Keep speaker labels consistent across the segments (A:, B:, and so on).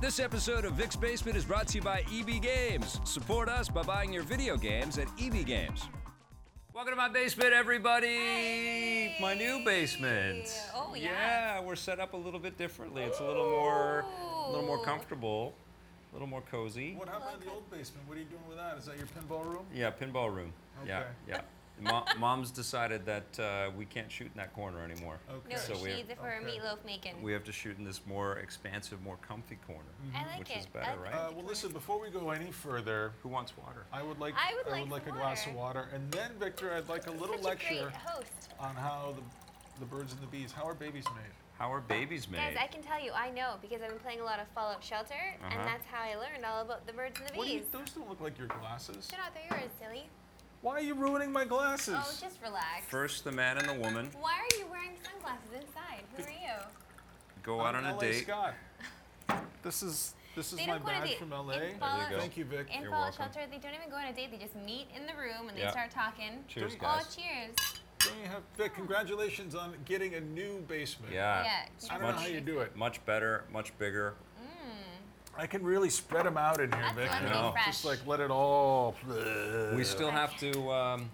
A: This episode of Vic's Basement is brought to you by EB Games. Support us by buying your video games at EB Games. Welcome to my basement, everybody. My new basement.
B: Oh, yeah.
A: Yeah, we're set up a little bit differently. It's a little more, a little more
B: Ooh.
A: comfortable, a little more cozy.
C: What happened in the old basement? What are you doing with that? Is that your pinball room?
A: Yeah, pinball room. Yeah,
C: Okay.
A: yeah. Mo- Mom's decided that uh, we can't shoot in that corner anymore.
C: Okay.
B: No,
A: So we
B: she's
A: have-
B: for
C: okay.
B: meatloaf making.
A: We have to shoot in this more expansive, more comfy corner.
B: I like
A: which
B: it.
A: is
B: I
A: better, right?
B: like the
C: Mm-hmm. Uh,
B: corner.
C: well, listen. Before we go any further,
A: Who wants water?
C: I would like
B: I would like
C: a
B: some
C: glass of
B: water.
C: water, and then Victor, I'd like a little
B: Such a
C: lecture
B: great host.
C: on how the the birds and the bees, how are babies made?
A: How are babies made?
B: Guys, I can tell you, I know because I've been playing a lot of Fallout Shelter,
A: Uh-huh.
B: and that's how I learned all about the birds and the
C: What do
B: bees.
C: you, those don't look like your glasses.
B: Get out there, yours, silly.
C: Why are you ruining my glasses?
B: Oh, just relax.
A: First, the man and the woman
B: Why are you wearing sunglasses inside? Who are you?
A: go
C: I'm
A: out on a
C: LA
A: date.
C: Scott. This is this is
B: They
C: my
B: don't go on a
C: badge
B: date.
C: from LA.
B: In Fallout-
A: go.
C: Thank you, Vic.
B: In
A: You're
B: Fallout
A: welcome.
B: Shelter, they don't even go on a date. They just meet in the room and they
A: Yeah.
B: start talking.
A: Cheers,
C: Oh,
A: guys.
B: Oh, cheers.
C: There you have Vic. Congratulations on getting a new basement.
A: Yeah.
B: Yeah.
C: I don't know
A: Uh, Much-
C: how you do it.
A: Much better, much bigger.
C: I can really spread them out in here,
B: That's
C: Vic.
B: gotta
A: be I know.
B: fresh.
C: Just like let it all.
A: We still have to. Um,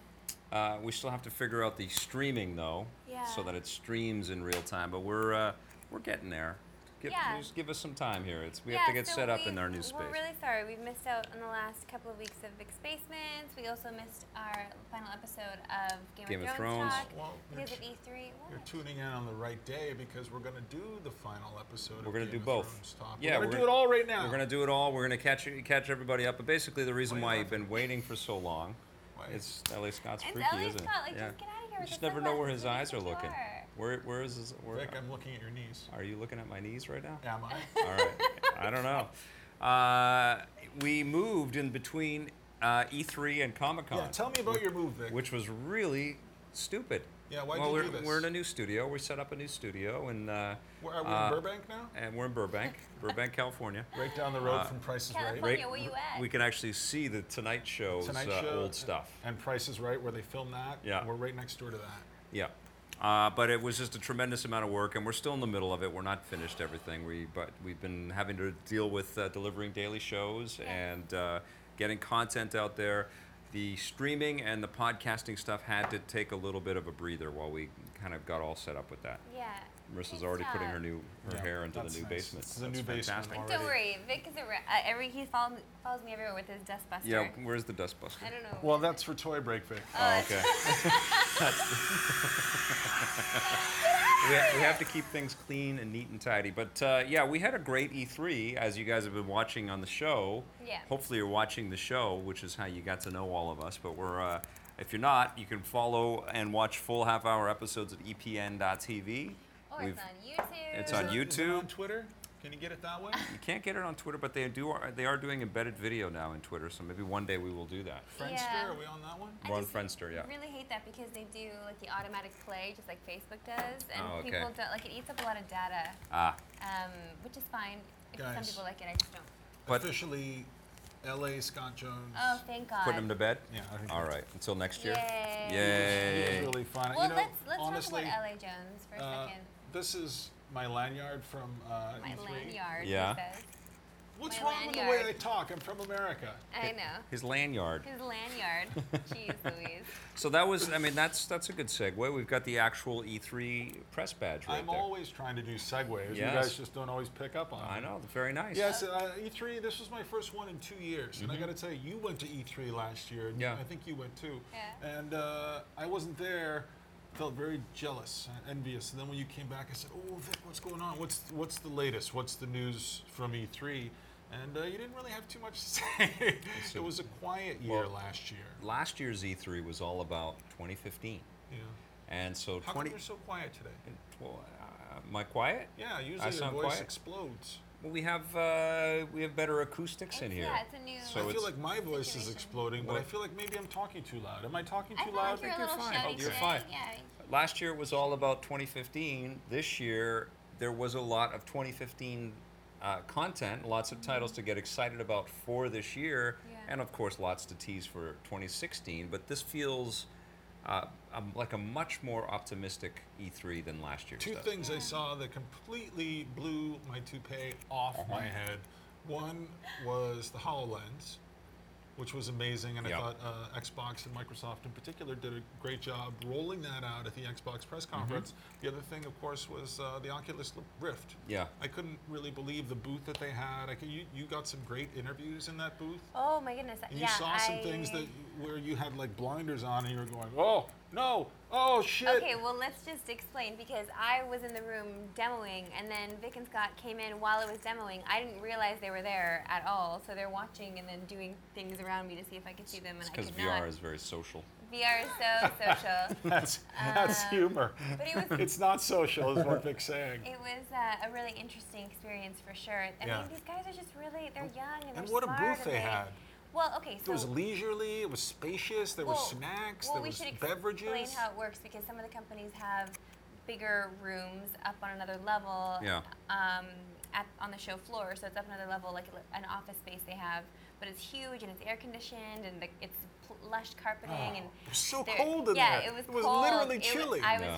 A: uh, we still have to figure out the streaming though, so
B: Yeah.
A: that it streams in real time. But we're uh, we're getting there. Give,
B: Yeah.
A: just give us some time here. It's we
B: yeah,
A: have to get
B: so
A: set up
B: we-
A: in our new space.
B: We're really sorry. We've missed out on the last couple of weeks of Vic's Basements. We also missed our final episode of Game,
A: Game of
B: of
A: Thrones.
B: Thrones, talk
C: Well,
B: because of
C: you're-
B: E3. What?
C: You're tuning in on the right day because we're going to do the final episode.
A: We're gonna
C: going to
A: do both. Yeah,
C: Yeah, we're
A: we're
C: going to do
A: gonna-
C: it all right now.
A: We're gonna do it all. We're gonna catch you- catch everybody up. But basically, the reason
C: Why
A: why
C: not?
A: you've been waiting for so long,
C: Why?
A: is L.A. Scott's
B: It's
A: freaky,
B: LA
A: isn't
B: Scott,
A: it?
B: like, just get outta here
A: You
B: with
A: just
B: the
A: never know where his eyes
B: sunglasses.
A: are
B: Look
A: looking.
B: at your-
A: Where where is his? Where,
C: Vic, I'm looking at your knees.
A: are you looking at my knees right now?
C: Am I?
A: All right. I don't know. Uh, we moved in between uh, E3 and Comic Con,
C: yeah, tell me about your move, Vic.
A: which was really stupid.
C: Yeah, why'd
A: well,
C: you
A: we're,
C: do this?
A: We're in a new studio. We set up a new studio, and uh,
C: Where- are we
A: uh,
C: in Burbank now?
A: and we're in Burbank, Burbank, California.
C: Right down the road
A: uh,
C: from Price is Right.
B: California, where you at?
A: We can actually see the Tonight Show's
C: Tonight
A: uh,
C: Show
A: old stuff.
C: And Price is Right, where they film that.
A: Yeah.
C: We're right next door to that.
A: Yeah. Uh, but it was just a tremendous amount of work, and we're still in the middle of it. We're not finished everything. We but we've been having to deal with uh, delivering daily shows and uh, getting content out there. The streaming and the podcasting stuff had to take a little bit of a breather while we kind of got all set up with that.
B: Yeah.
A: Marissa's
B: Good
A: already putting
B: job.
A: her new her
C: Yeah,
A: hair into the
C: that's
A: new
C: nice.
A: basement.
C: This is a
A: That's
C: new basement
A: fantastic.
C: already.
B: Don't worry, Vic is a re- uh, every he follows, follows me everywhere with his dustbuster.
A: Yeah, where's the dustbuster?
B: I don't know.
C: Well, that's for Toy Break, Vic.
A: Oh, okay. we, ha- we have to keep things clean and neat and tidy. But uh, yeah, we had a great E3, as you guys have been watching on the show.
B: Yeah.
A: Hopefully, you're watching the show, which is how you got to know all of us. But we're, uh, if you're not, you can follow and watch full half hour episodes E at epn.tv.
B: or Oh, it's on YouTube.
A: it's
C: Is
A: on
C: that- is that
A: YouTube.
C: on Twitter? Can you get it that way?
A: you can't get it on Twitter, but they do. Are, they are doing embedded video now in Twitter, so maybe one day we will do that.
C: Friendster,
B: Yeah.
C: are we on that one?
B: I
A: We're on
B: just
A: Friendster, yeah.
B: really hate that because they do like the automatic play, just like Facebook does, and
A: Oh, okay.
B: people don't like it. Eats up a lot of data,
A: Ah,
B: um, which is fine. If some
C: Guys.
B: people like it, I just don't.
A: But-
C: Officially, L.A. Scott Jones.
B: Oh, thank God.
A: put him to bed.
C: Yeah, I think
A: All right. Until next year.
B: Yay.
A: Yay.
C: It's really fun.
B: Well,
C: you know,
B: let's let's
C: honestly,
B: talk about LA Jones for a
C: Uh,
B: second.
C: this is my lanyard from uh,
B: My
C: E3.
B: lanyard. he
A: Yeah.
B: says.
C: What's
B: My
C: wrong with the way
B: lanyard.
C: they talk? I'm from America.
B: I know.
A: His lanyard.
B: His lanyard. Jeez Louise.
A: So that was, I mean, that's that's a good segue. We've got the actual E3 press badge right
C: I'm
A: there.
C: always trying to do segues. You
A: Yes.
C: guys just don't always pick up on.
A: I
C: it.
A: know, very nice.
C: Yes, uh, E3. This was my first one in two years, and I got to tell you, you went to E3 last year. and
A: Mm-hmm. Yeah.
C: I think you went too.
B: Yeah.
C: And uh, I wasn't there. Felt very jealous, and envious. And then when you came back, I said, "Oh, Vic, what's going on? What's what's the latest? What's the news from E3?" And uh, you didn't really have too much to say. it was a quiet year
A: Well-
C: last year.
A: Last year's E3 was all about 2015,
C: Yeah.
A: and so
C: How
A: 20.
C: come you're so quiet today?
A: well, uh, am I quiet?
C: Yeah, usually your
A: sound
C: voice
A: quiet?
C: explodes.
A: Well, we have uh, we have better acoustics in
B: It's-
A: here.
B: yeah, it's a new-
A: So
B: I
C: I
A: it's,
C: feel like my voice is
B: situation.
C: exploding, but I
A: What?
C: feel like maybe I'm talking too loud. Am I talking
B: I
C: too
B: feel like
C: loud?
B: you're a
A: think
B: little
A: you're fine.
B: shouty
A: You're
B: today.
A: fine.
B: Yeah.
A: last year was all about 2015. This year there was a lot of 2015 uh, content, lots of titles to get excited about for this year,
B: Yeah.
A: and of course lots to tease for 2016. But this feels uh, um, like a much more optimistic E3 than last year's.
C: Two
A: does.
C: things I saw that completely blew my toupee off
A: Uh-huh.
C: my head. One was the HoloLens, which was amazing, and
A: Yeah.
C: I thought uh, Xbox and Microsoft in particular did a great job rolling that out at the Xbox press
A: Mm-hmm.
C: conference. The other thing, of course, was uh, the Oculus Rift.
A: Yeah.
C: I couldn't really believe the booth that they had. I could, you, you got some great interviews in that booth.
B: Oh my goodness.
C: And
B: yeah,
C: you saw some things
B: I-
C: that where you had like blinders on and you were going, oh, no, oh, shit.
B: Okay, well, let's just explain because I was in the room demoing, and then Vic and Scott came in while it was demoing. I didn't realize they were there at all, so they're watching and then doing things around me to see if I could see them, and I
A: Because
B: could
A: VR
B: not.
A: is very social.
B: VR is so social.
C: That's that's
B: Um,
C: humor.
B: but it was-
C: it's not social, is what Vic's saying.
B: It was uh, a really interesting experience for sure. I
C: Yeah.
B: mean, these guys are just really—they're young and they're
C: And what a
B: smart
C: booth
B: and
C: they had.
B: Well, okay, so
C: It was leisurely. It was spacious. There were
B: Well,
C: snacks.
B: Well,
C: there
B: we
C: was
B: should explain
C: beverages.
B: how it works because some of the companies have bigger rooms up on another level.
A: Yeah.
B: Um, at, on the show floor, so it's up another level, like a- an office space they have, but it's huge and it's air conditioned and the, it's pl- lush carpeting
C: Oh,
B: and.
C: it was so
B: there-
C: cold in
B: yeah,
C: there.
B: it was.
C: It was
B: cold.
C: literally
B: It wa-
C: chilly.
B: I was
A: Yeah.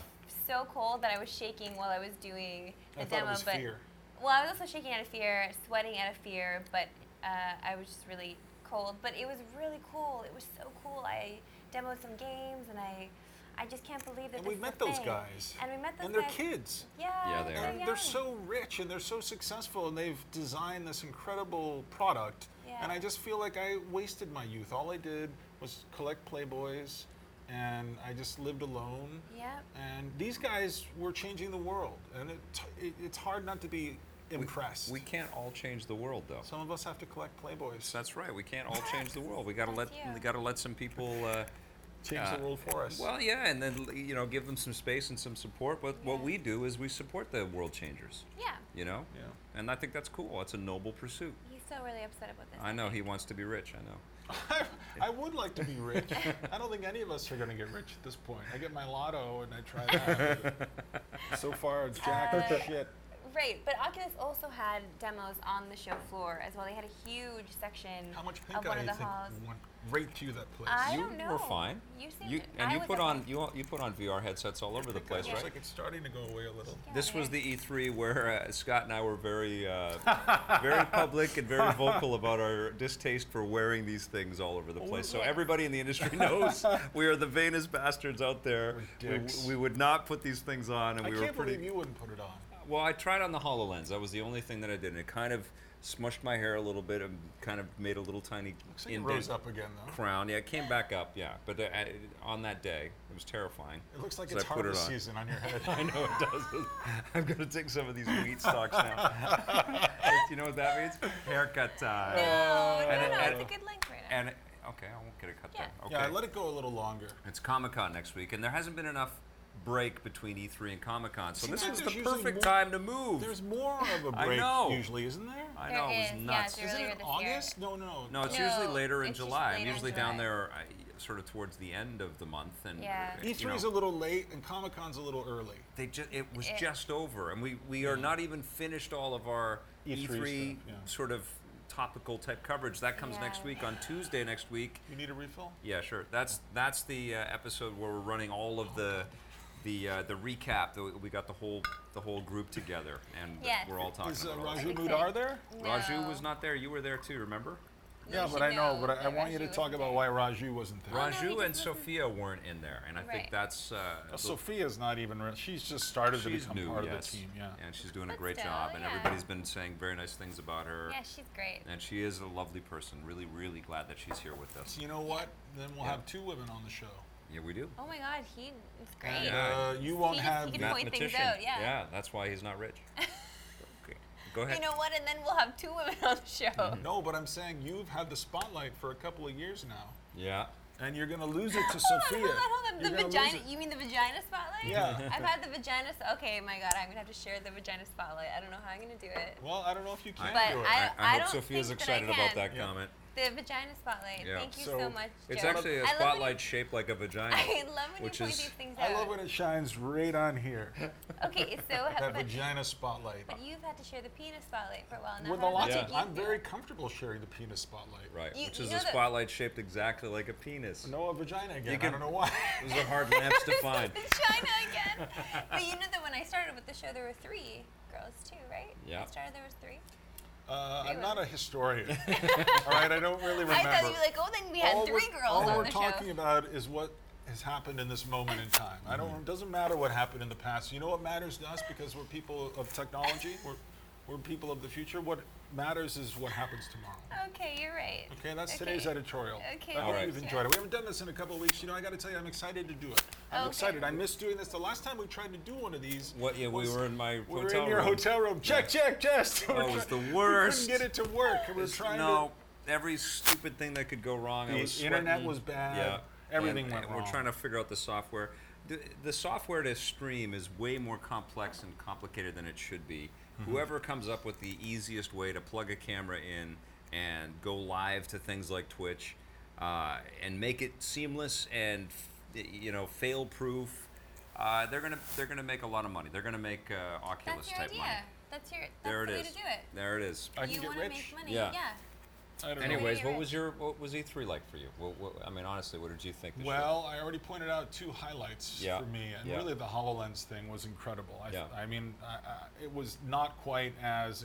B: so cold that I was shaking while I was doing the
C: I thought it
B: demo,
C: was
B: but
C: fear.
B: well, I was also shaking out of fear, sweating out of fear, but uh, I was just really cold. But it was really cool. It was so cool. I demoed some games, and I, I just can't believe that.
C: And
B: this
C: we
B: is
C: met
B: a
C: those
B: thing.
C: guys.
B: And we met those
C: And they're
B: guys.
C: kids.
B: Yeah.
A: Yeah, they are.
C: And
B: young.
C: they're so rich and they're so successful and they've designed this incredible product.
B: Yeah.
C: And I just feel like I wasted my youth. All I did was collect Playboys and I just lived alone.
B: Yep.
C: And these guys were changing the world. And it, it, it's hard not to be impressed.
A: We can't all change the world, though.
C: Some of us have to collect Playboys.
A: That's right. We can't all change the world. We got to let
B: That's you.
A: we got to let some people. Uh,
C: Change
A: uh,
C: the world for us.
A: well, yeah, and then l- you know, give them some space and some support. But what
B: Yeah.
A: we do is we support the world changers.
B: Yeah.
A: You know.
C: Yeah.
A: And I think that's cool. That's a noble pursuit.
B: He's still really upset about this.
A: I know he wants to be rich. I know.
C: I, I would like to be rich. I don't think any of us are going to get rich at this point. I get my lotto and I try that. so far, it's jack
B: Uh,
C: shit.
B: Right, but Oculus also had demos on the show floor as well. They had a huge section
C: How much pink
B: of one
C: eye
B: of
C: do
B: the
C: you think
B: halls.
C: went right to that place?
B: I
A: you
B: don't know.
A: were fine.
B: You seemed
A: You,
B: to-
A: and
B: I
A: you
B: was
A: put
B: okay.
A: on you you put on VR headsets all over the
C: Pink eye
A: place,
C: looks
A: right?
C: like it's starting to go away a little.
B: Yeah,
A: This
B: they
A: was
B: are.
A: the E3 where uh, Scott and I were very, uh, very public and very vocal about our distaste for wearing these things all over the place. So
B: yeah.
A: everybody in the industry knows we are the vainest bastards out there.
C: We're
A: We,
C: dicks.
A: we would not put these things on, and
C: I
A: we were
C: can't
A: pretty.
C: believe you wouldn't put it on.
A: Well, I tried on the Hololens. That was the only thing that I did, and it kind of smushed my hair a little bit and kind of made a little tiny
C: Looks like it
A: indent
C: rose up again, though.
A: crown. Yeah, it came back up. Yeah, but uh, I- on that day, it was terrifying.
C: It looks like
A: So
C: it's
A: I put it
C: harvest
A: on.
C: season on your head.
A: I know it doesn't. I'm gonna take some of these wheat stalks now. Do you know what that means? Haircut time.
B: No,
A: And
B: no,
A: it-
B: no,
A: and-
B: it's a good link right now.
A: And okay, I won't get a cut
B: Yeah.
A: then. Okay.
C: Yeah, I let it go a little longer.
A: it's Comic Con next week, and there hasn't been enough break between E3 and Comic Con, so
C: See,
A: this
C: now
A: was the
C: there's usually
A: perfect
C: more-
A: time to move.
C: There's more of a
A: I
C: break
A: know.
C: usually, isn't there?
A: I
B: There
A: know it was
B: is, yeah,
A: nuts.
B: there-
C: Isn't
B: Earlier
C: it
B: this year.
C: August? No, no.
A: No, it's
B: No,
A: usually later in
B: it's usually
A: July. I'm
B: later in
A: usually down
B: July.
A: there I, sort of towards the end of the month, and
B: Yeah.
A: you
C: E3 E is
A: know.
C: a little late and Comic Con's a little early.
A: they just it was
B: It-
A: just over and we we are not even finished all of our
C: E3
A: e3,
C: E stuff, yeah.
A: sort of topical type coverage that comes
B: Yeah.
A: next week on tuesday next week
C: You need a refill?
A: yeah sure that's that's the uh, episode where we're running all of the the uh, the recap that we- we got the whole the whole group together and
B: Yes.
A: we're all talking
C: Is uh,
A: about
C: Raju
A: it.
C: Mudar there?
A: Raju
B: No.
A: was not there you were there too remember
C: Yeah,
B: she
C: but I know,
B: knows
C: but I, I
B: that
C: want you
B: Raju
C: to
B: was
C: talk about
B: there.
C: why Raju wasn't there.
B: Oh, no, he
A: Raju
B: just
A: and
B: wasn't-
A: Sophia weren't in there and i think
B: Right.
A: that's uh,
C: Uh, Sophia's not even, re- she's just started to
A: she's
C: become
A: new
C: part
A: yes
C: of the team, yeah.
A: and she's doing a
B: But
A: great
B: still,
A: job and
B: yeah.
A: everybody's been saying very nice things about her
B: yeah, she's great.
A: And she is a lovely person. Really, really glad that she's here with us.
C: So you know what? Then we'll
A: Yeah.
C: have two women on the show.
A: Yeah, we do.
B: Oh my God, he is great.
C: And
A: Yeah.
C: uh, you won't
B: He-
C: have
B: he
C: the-
B: can- point things out, yeah.
A: that's why he's not rich. okay. Go ahead.
B: You know what? And then we'll have two women on the show.
A: Mm-hmm.
C: No, but I'm saying you've had the spotlight for a couple of years now,
A: yeah.
C: and you're going to lose it
B: Hold
C: to
B: on,
C: Sophia.
B: hold on, hold on.
C: You're
B: The
C: gonna lose
B: vagina.
C: it.
B: You mean the vagina spotlight?
C: Yeah.
B: I've had the vagina. s- Okay, my God, I'm gonna have to share the vagina spotlight. I don't know how I'm gonna do it.
C: Well, I don't know if you can
B: But
C: do it.
B: I-
A: I, I hope
B: don't
A: Sophia's
B: think that I
A: excited about
B: can.
A: that
C: Yeah.
A: comment.
B: The vagina spotlight.
A: Yeah.
B: Thank you so,
C: So,
B: much.
A: It's
B: Joe.
A: actually a
B: I love when you-
A: spotlight shaped like a vagina.
B: I love when you
A: which
B: point
A: is-
B: these things out.
C: I love when it shines right on here.
B: Okay, so
C: That
B: but,
C: vagina spotlight.
B: but you've had to share the penis spotlight for a while now.
C: With a
B: How does
C: lot
B: that
A: Yeah.
B: make
C: of,
B: you
C: I'm
B: feel?
C: very comfortable sharing the penis spotlight.
A: Right,
B: You-
A: which
B: you
A: is
B: know
A: a
B: that-
A: spotlight shaped exactly like a penis.
C: No, a vagina again. I
A: can-
C: don't know why.
A: Those are hard lamps to find.
B: It's China again. but you know that when I started with the show, there were three girls too, right?
A: Yeah.
B: I started there was three.
C: Uh, I'm
B: Anyway.
C: not a historian. all right, I don't really remember.
B: I thought you were like, oh, then we had
C: All we're-
B: three girls
C: all
B: on
C: we're
B: the
C: talking
B: show.
C: about is what has happened in this moment in time. I don't.
A: Mm-hmm.
C: It doesn't matter what happened in the past. You know what matters to us because we're people of technology. We're we're people of the future. What matters is what happens tomorrow.
B: Okay, you're right.
C: Okay, that's today's
B: Okay.
C: editorial.
B: Okay,
C: I hope
A: Alright.
C: you've enjoyed it. We haven't done this in a couple of weeks. You know, I got to tell you, I'm excited to do it. I'm
B: Okay.
C: excited. I miss doing this. The last time we tried to do one of these,
A: What? Yeah, we
C: was-
A: were in my
C: we were
A: hotel
C: in your
A: room.
C: hotel room. Check, check, check.
A: Oh, it was the worst.
C: We couldn't get it to work. and We were
A: It's-
C: trying to.
A: no, every stupid thing that could go wrong. I
C: The
A: was
C: internet
A: sweating.
C: was bad.
A: Yeah,
C: Everything
A: and-
C: went
A: and
C: wrong.
A: We're trying to figure out the software. The, the software to stream is way more complex and complicated than it should be.
C: Mm-hmm.
A: Whoever comes up with the easiest way to plug a camera in and go live to things like Twitch uh, and make it seamless and f- you know fail proof. Uh, they're gonna they're gonna make a lot of money. They're gonna make uh, Oculus
B: That's your
A: type
B: idea.
A: money.
B: That's your. That's
A: There it
B: the
A: is.
B: way to do it.
A: There it is.
C: I can
B: you
C: get
B: wanna
C: rich.
B: make money?
A: Yeah.
C: I don't know.
A: Anyways,
B: You're
A: what
B: right.
A: was your what was E3 like for you? What, what, I mean, honestly, what did you think? This year?
C: Well, I already pointed out two highlights
A: Yeah,
C: for me, and
A: yeah.
C: really the Hololens thing was incredible. I,
A: Yeah.
C: I mean, I, I, it was not quite as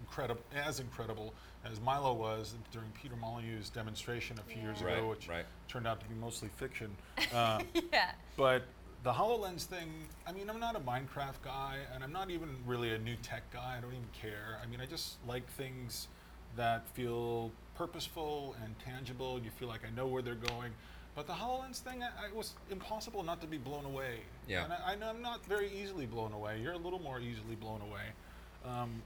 C: incredible as incredible as Milo was during Peter Molyneux's demonstration a few years
A: Yeah.
C: ago,
A: Right,
C: which
A: right.
C: turned out to be mostly fiction. Uh,
B: Yeah. Yeah.
C: But the HoloLens thing, I mean, I'm not a Minecraft guy, and I'm not even really a new tech guy. I don't even care. I mean, I just like things that feel purposeful and tangible. You feel like I know where they're going. But the HoloLens thing, I, it was impossible not to be blown away.
A: Yeah.
C: And I, I know I'm not very easily blown away. You're a little more easily blown away. Um,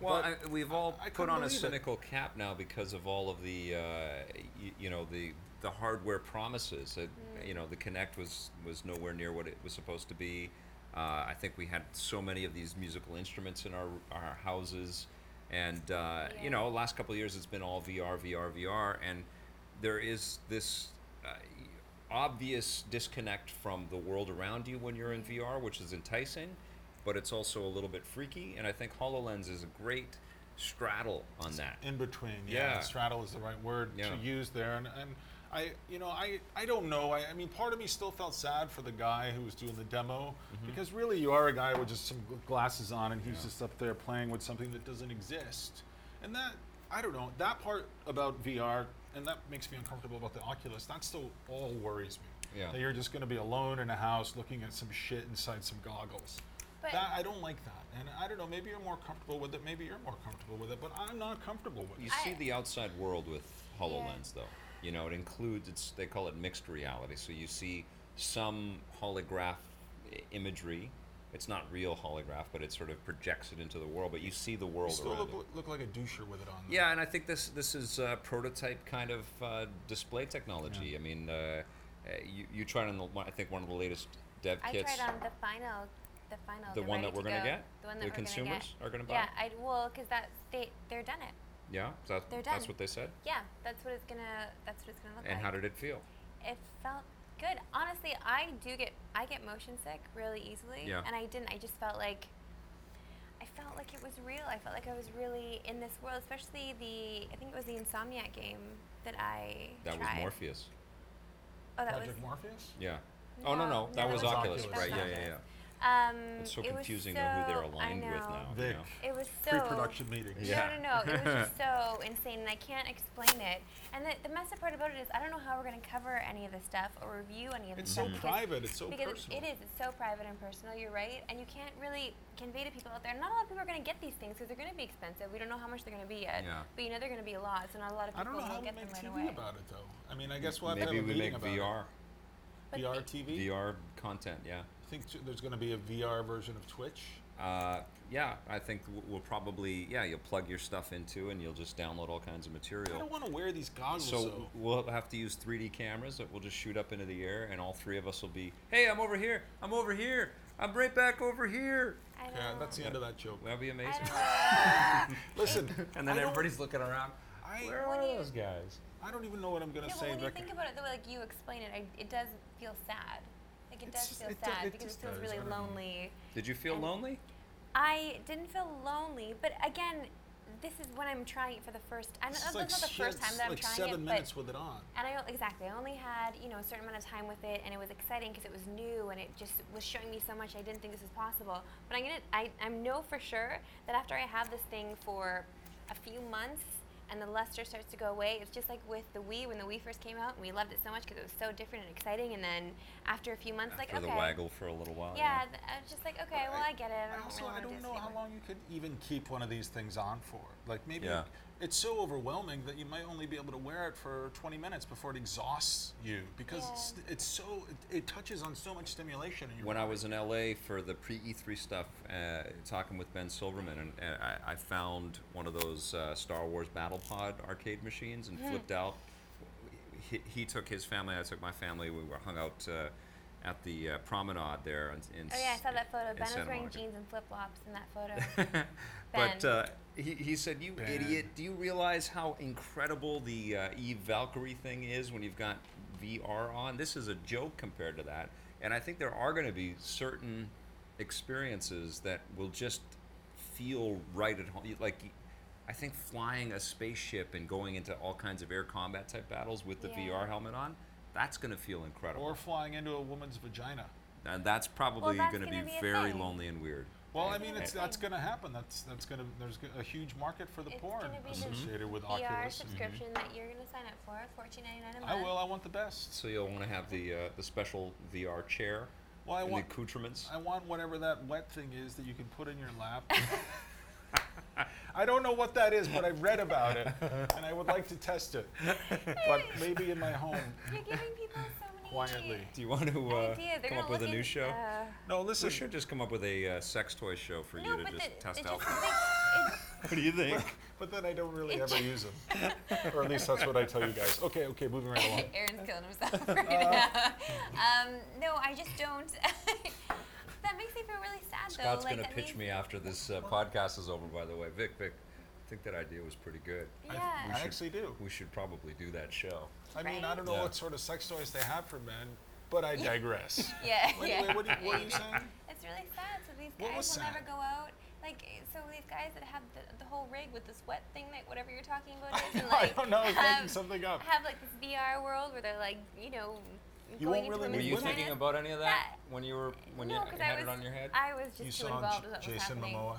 A: Well,
C: But
A: I, we've all
C: I
A: put
C: couldn't
A: on a
C: believe it.
A: cynical cap now because of all of the, uh, you, you know, the the hardware promises. That
C: Mm.
A: You know, the Kinect was was nowhere near what it was supposed to be. Uh, I think we had so many of these musical instruments in our our houses, and uh,
B: Yeah.
A: you know, last couple of years it's been all VR, VR, VR, and there is this. Uh, obvious disconnect from the world around you when you're in VR, which is enticing, but it's also a little bit freaky. And I think HoloLens is a great straddle on that.
C: in between. Yeah,
A: Yeah.
C: straddle is the right word
A: Yeah.
C: to use there. And, and I, you know, I, I don't know. I, I mean, part of me still felt sad for the guy who was doing the demo
A: Mm-hmm.
C: because really you are a guy with just some gl- glasses on and he's just up there playing with something that doesn't exist. And that, I don't know, that part about VR and that makes me uncomfortable about the Oculus. That still all worries me.
A: Yeah.
C: That you're just going to be alone in a house looking at some shit inside some goggles.
B: But-
C: that, I don't like that. And I don't know, maybe you're more comfortable with it, maybe you're more comfortable with it, but I'm not comfortable with it.
A: You
B: I-
A: see the outside world with HoloLens, though. You know, it includes, it's, they call it mixed reality. So you see some holograph i- imagery. It's not real holograph, but it sort of projects it into the world, but you see the world
C: still
A: around
C: look,
A: you.
C: look like a doucher with it on. though.
A: Yeah, and I think this this is uh, prototype kind of uh, display technology. I mean, uh, uh, you you tried on the one- I think one of the latest dev
B: I
A: kits.
B: tried on the final, the final.
A: The one that
B: ready
A: we're
B: to
A: gonna
B: go.
A: get?
B: The one
A: The
B: that we're
A: consumers
B: gonna
A: are
B: get.
A: gonna buy
B: Yeah,
A: it?
B: I well, cause that's they they're done it.
A: yeah, that,
B: They're
A: that's
B: done.
A: what they said.
B: Yeah, that's what it's gonna that's what it's gonna look
A: And
B: like.
A: how did it feel?
B: it felt good. Honestly, I do get I get motion sick really easily,
A: Yeah.
B: and I didn't. I just felt like I felt like it was real. I felt like I was really in this world, especially the I think it was the Insomniac game that I
A: That was
B: tried.
A: Morpheus.
B: Oh, that
C: Project
B: was
C: Morpheus.
A: Yeah. oh no no, that was
C: that was
A: Oculus,
C: Oculus.
A: right? Yeah
C: That's
A: yeah yeah.
B: Oculus. um,
A: It's so
B: it was
A: confusing though who they're
B: so- I
A: aligned with
B: know.
A: now. you
C: Vic.
A: know?
B: It was so
C: Pre-production meeting.
A: Yeah.
B: No, no, no. It was just so insane, and I can't explain it. And the, the messed up part about it is, I don't know how we're going to cover any of this stuff or review any of this
C: It's so
B: stuff. because-
C: private. It's so
B: Mm-hmm. because it-
C: personal.
B: it is. It's so private and personal. You're right, and you can't really convey to people out there. Not a lot of people are going to get these things because they're going to be expensive. We don't know how much they're going to be yet.
A: Yeah.
B: But you know they're going to be a lot, so not a lot of
C: I
B: people
C: don't know how
B: will
C: we
B: get
C: make
B: them right away.
C: TV about it though. I mean, I guess we'll have to
A: Maybe
C: have a
A: we
C: meeting
A: make VR
C: about
B: But
C: it. VR
B: the-
C: TV.
A: VR content. Yeah.
C: I think t- there's going to be a VR version of Twitch.
A: Uh, yeah, I think w- we'll probably yeah you'll plug your stuff into and you'll just download all kinds of
C: I
A: material.
C: don't want to wear these goggles
A: So
C: though.
A: we'll have to use 3D cameras that will just shoot up into the air, and all three of us will be, "Hey, I'm over here! I'm over here! I'm right back over here!"
B: I don't
C: Yeah,
B: know.
C: that's the end of that joke.
A: That'd be
B: I
A: amazing.
B: don't know.
C: Listen,
A: And then
C: I don't-
A: everybody's looking around.
C: I I
B: Where What do you-
D: guys?
C: I don't even know what I'm gonna
B: Yeah,
C: say.
B: but when you
C: Rick.
B: think about it, the way like you explain it, I, it does feel sad. Like it
C: It's
B: does
C: just-
B: feel
C: it do-
B: sad
C: it
B: because it
C: just
B: feels
C: does, I
B: really
C: don't know.
B: lonely.
A: Did you feel
B: And-
A: lonely?
B: I didn't feel lonely, but again, this is when I'm trying it for the first. I know
C: This is
B: that's
C: like
B: not the
C: she
B: first
C: had
B: time that I'm
C: like
B: trying
C: seven
B: it,
C: minutes
B: but
C: with it on.
B: and I o- exactly I only had you know a certain amount of time with it, and it was exciting because it was new and it just was showing me so much I didn't think this was possible. But I'm gonna I I know for sure that after I have this thing for a few months. And the luster starts to go away. It's just like with the Wii when the Wii first came out, and we loved it so much because it was so different and exciting. And then after a few months,
A: After
B: like
A: the
B: okay,
A: waggle for a little while.
B: yeah, th- I was just like okay, well I, get it. I
C: I
B: don't
C: also
B: really
C: I
B: wanna do
C: don't
B: this
C: know how
B: anymore.
C: long you could even keep one of these things on for. Like maybe
A: Yeah.
C: it's so overwhelming that you might only be able to wear it for 20 minutes before it exhausts you because
B: Yeah.
C: it's, it's so it, it touches on so much stimulation. In your
A: when I
C: body.
A: was in LA for the pre E3 stuff, uh, talking with Ben Silverman, and, and I, I found one of those uh, Star Wars Battle Pod arcade machines
B: Hmm.
A: and flipped out. He, he took his family, I took my family. We were hung out uh, at the uh, promenade there. In, in
B: Oh yeah, I
A: S-
B: saw that photo.
A: in
B: Ben
A: Santa
B: was wearing
A: Monica.
B: jeans and flip flops in that photo.
A: But
B: Ben.
A: uh, he, he said, "You
C: Ben.
A: idiot! Do you realize how incredible the uh, Eve Valkyrie thing is when you've got VR on? This is a joke compared to that." And I think there are going to be certain experiences that will just feel right at home. Like, I think flying a spaceship and going into all kinds of air combat type battles with the
B: Yeah.
A: VR helmet on, that's going to feel incredible.
C: or flying into a woman's vagina.
A: and that's probably
B: that's
A: going to
B: gonna
A: be
B: be a
A: very
B: thing.
A: lonely and weird.
C: Well, I
A: And-
C: mean,
B: gonna
A: and-
C: it's
B: be
C: that's
B: fun.
C: going to happen. That's that's going to there's g- a huge market for the
B: It's
C: porn
B: gonna be the
C: associated with
B: VR
C: Oculus. mm-hmm.
B: subscription that you're gonna sign up for, fourteen ninety nine a month.
C: I will. I want the best.
A: So you'll want to have the uh, the special VR chair
C: Well, I
A: and
C: want
A: the accoutrements.
C: I want whatever that wet thing is that you can put in your lap. I don't know what that is, but I've read about it, and I would like to test it. But maybe in my home.
B: You're giving people so many
C: Quietly.
A: Do you want to uh,
B: ideas.
A: come
B: They're gonna
A: up with a
B: look
A: new
B: in-
A: show?
B: uh,
C: No,
A: we
C: listen.
A: should just come up with a uh, sex toy show for
B: no,
A: you to
B: but
A: just
B: the,
A: test
B: it
A: out.
B: just like,
A: what do you think?
C: But then I don't really
B: It
C: ever
B: ju-
C: use them, or at least that's what I tell you guys. Okay, okay, moving right along.
B: Aaron's killing himself right
A: Uh-huh.
B: now. Um, no, I just don't. that makes me feel really sad
A: Scott's
B: though. Like
A: gonna
B: that
A: pitch
B: means,
A: me after this uh, podcast is over. By the way, Vic, Vic, I think that idea was pretty good.
C: I-
B: Yeah.
C: I actually do.
A: We should probably do that show.
C: I mean, I
B: Right?
C: don't know
A: Yeah.
C: what sort of sex toys they have for men, but I digress.
B: Yeah.
C: Wait,
B: yeah.
C: wait, what, are you, what are you saying?
B: It's really sad. So these
C: What
B: guys
C: was
B: will never
C: sad?
B: go out. Like, eh, so these guys that have the, the whole rig with the sweat thing, that whatever you're talking about is, and
C: I
B: like
C: don't know. I was making
B: have,
C: something up.
B: have like this VR world where they're like, you know,
C: You
B: going
C: won't
B: into
C: really
B: women's
A: Were
C: need
A: you
C: women-
A: thinking
B: vaginas.
A: about any of that
B: that-
A: when you were when you
B: no, 'cause
A: had
B: I was,
A: it on your head?
B: I was just
C: You
B: too
C: saw
B: involved
C: J-
B: with what was
C: Jason
B: happening.
C: Momoa.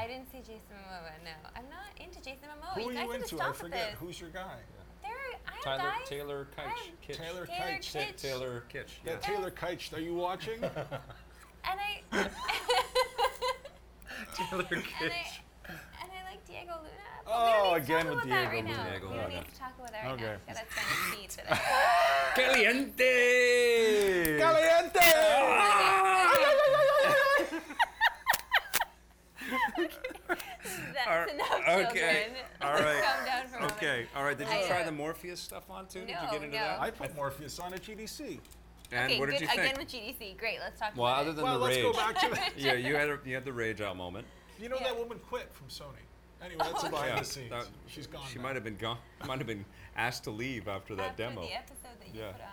B: I didn't see Jason Momoa. No, I'm not into Jason Momoa.
C: Who
B: Oh, you
C: are
B: guys have
C: you
B: to
C: into?
B: stop
C: I
B: with
C: forget.
B: this.
C: Who's your guy?
B: There, I have
A: Tyler
B: guys.
A: Taylor
B: I'm-
A: Kitsch. Kitsch.
C: Taylor
B: Taylor
C: Kitsch.
A: Ta-
B: Kitsch.
A: Taylor Kitsch.
C: Yeah,
A: yeah.
C: Taylor Keitch, are you watching?
B: And I.
A: Taylor
B: and
A: Kitsch.
B: I. And I like Diego Luna. but we
C: Oh,
B: don't need to
C: again
B: talk
C: with
B: about that
C: Diego
B: right
C: Luna.
B: now.
A: Diego
B: we don't
A: Luna.
B: need to talk about that right
C: Okay.
B: now. Got that Spanish beat that I-
A: Caliente.
C: Caliente!
B: That's
A: Ar-
B: enough,
A: okay.
B: children.
A: All right.
B: Calm down for a moment.
A: Okay. All right. Did you
B: I,
A: try
B: uh,
A: the Morpheus stuff on too? Did you
B: no,
A: get into
B: no.
A: that?
C: I put Morpheus on at GDC.
A: And
B: okay,
A: what did
B: good.
A: you think?
B: Again with GDC. Great. Let's talk
A: well,
B: about
A: other
B: it.
A: than
C: Well,
A: the
C: let's
A: rage.
C: go back to that.
A: yeah, you had a, you had the rage out moment.
C: You know
B: Yeah.
C: that woman quit from Sony. Anyway, that's
B: Oh,
C: a behind
A: Yeah,
C: the scenes.
A: that-
C: She's gone.
A: She
C: now.
A: might have been gone. Might have been asked to leave after that
B: After
A: demo.
B: the episode that you
A: Yeah.
B: put on.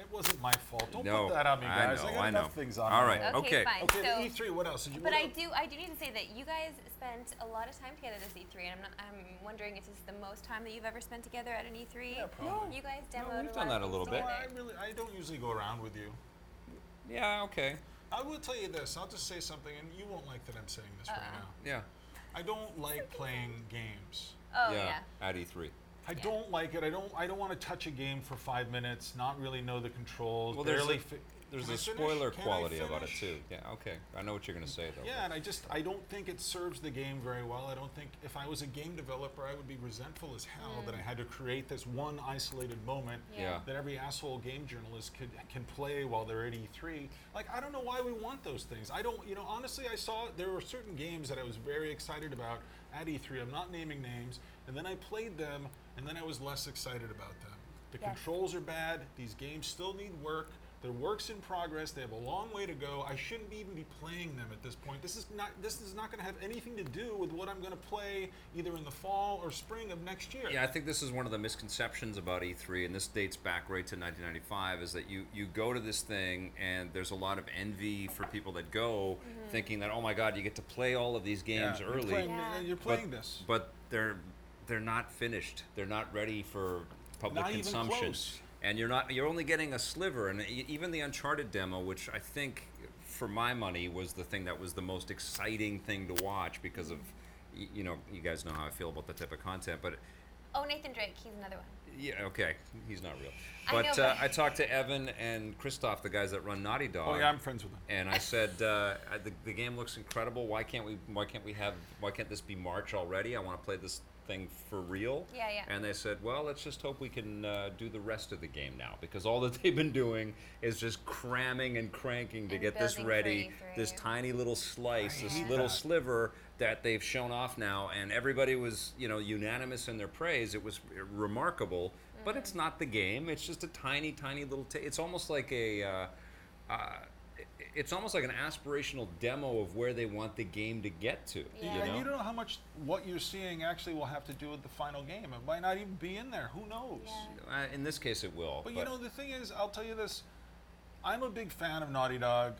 C: It wasn't my fault. Don't
A: No,
C: put that on me,
A: I
C: guys. I,
A: know,
C: got
A: I
C: enough
A: know.
C: things on
A: All
C: my
A: right,
C: head.
A: Okay.
B: Okay, fine.
C: Okay,
B: so,
C: the E3, what else? Did you,
B: But
C: what
B: I
C: else?
B: do, I do need to say that you guys spent a lot of time together this E3, and I'm, not, I'm wondering if this is the most time that you've ever spent together at an E3.
C: Yeah, probably.
B: You guys
A: No,
B: demoed.
A: we've
B: a
A: done
B: lot
A: that a
B: of
A: little bit.
B: things
C: No,
B: together.
C: I really, I don't usually go around with you.
A: Yeah. Okay.
C: I will tell you this. I'll just say something, and you won't like that I'm saying this right now.
A: Yeah.
C: I don't like playing games.
B: Oh
A: yeah.
B: yeah.
A: At E E3.
C: I don't like it. I don't. I don't want to touch a game for five minutes, not really know the controls,
A: Well, there's
C: barely.
A: a,
C: fi-
A: there's
C: Can
A: a
C: I finish?
A: spoiler
C: Can I
A: quality about it
C: finish?
A: too. Yeah. Okay. I know what you're gonna say though.
C: Yeah, and I just I don't think it serves the game very well. I don't think if I was a game developer, I would be resentful as hell that I had to create this one isolated moment
A: Mm. Yeah. Yeah.
C: that every asshole game journalist could can play while they're at E3. Like I don't know why we want those things. I don't, you know, honestly, I saw there were certain games that I was very excited about at E3. I'm not naming names, and then I played them, and then I was less excited about them. The
B: Yes.
C: controls are bad. These games still need work. They're works in progress. They have a long way to go. I shouldn't be even be playing them at this point. This is not. This is not going to have anything to do with what I'm going to play either in the fall or spring of next year.
A: Yeah, I think this is one of the misconceptions about E3, and this dates back right to 1995, is that you, you go to this thing and there's a lot of envy for people that go, thinking that oh my god, you get to play all of these
C: Yeah,
A: games
C: you're
A: early,
C: playing-
B: Yeah.
C: You're
A: but,
C: playing this.
A: but they're they're not finished. They're not ready for public
C: Not even
A: consumption.
C: close.
A: And you're not you're only getting a sliver. And e- even the Uncharted demo, which I think, for my money, was the thing that was the most exciting thing to watch because of, y- you know, you guys know how I feel about that type of content, but.
B: Oh, Nathan Drake, he's another one.
A: Yeah, okay. He's not real.
B: I
A: But,
B: know,
A: uh,
B: but-
A: I talked to Evan and Christoph, the guys that run Naughty Dog.
C: oh yeah, I'm friends with them.
A: and I said, uh, I- the, the game looks incredible. Why can't we? Why can't we have? Why can't this be March already? I want to play this thing for real.
B: Yeah, yeah.
A: And they said, well, let's just hope we can uh, do the rest of the game now because all that they've been doing is just cramming and cranking to
B: And
A: get this
B: building
A: ready,
B: for E3.
A: this tiny little slice, this
C: hate
A: little
C: that.
A: sliver that they've shown off now, and everybody was, you know, unanimous in their praise. It was remarkable, but it's not the game. It's just a tiny, tiny little. ta it's almost like a. Uh, uh, it- it's almost like an aspirational demo of where they want the game to get to.
B: Yeah.
A: You
C: and
A: know?
C: you don't know how much what you're seeing actually will have to do with the final game. It might not even be in there. Who knows?
B: Yeah.
A: Uh, in this case, it will.
C: But you know, the thing is, I'll tell you this: I'm a big fan of Naughty Dog.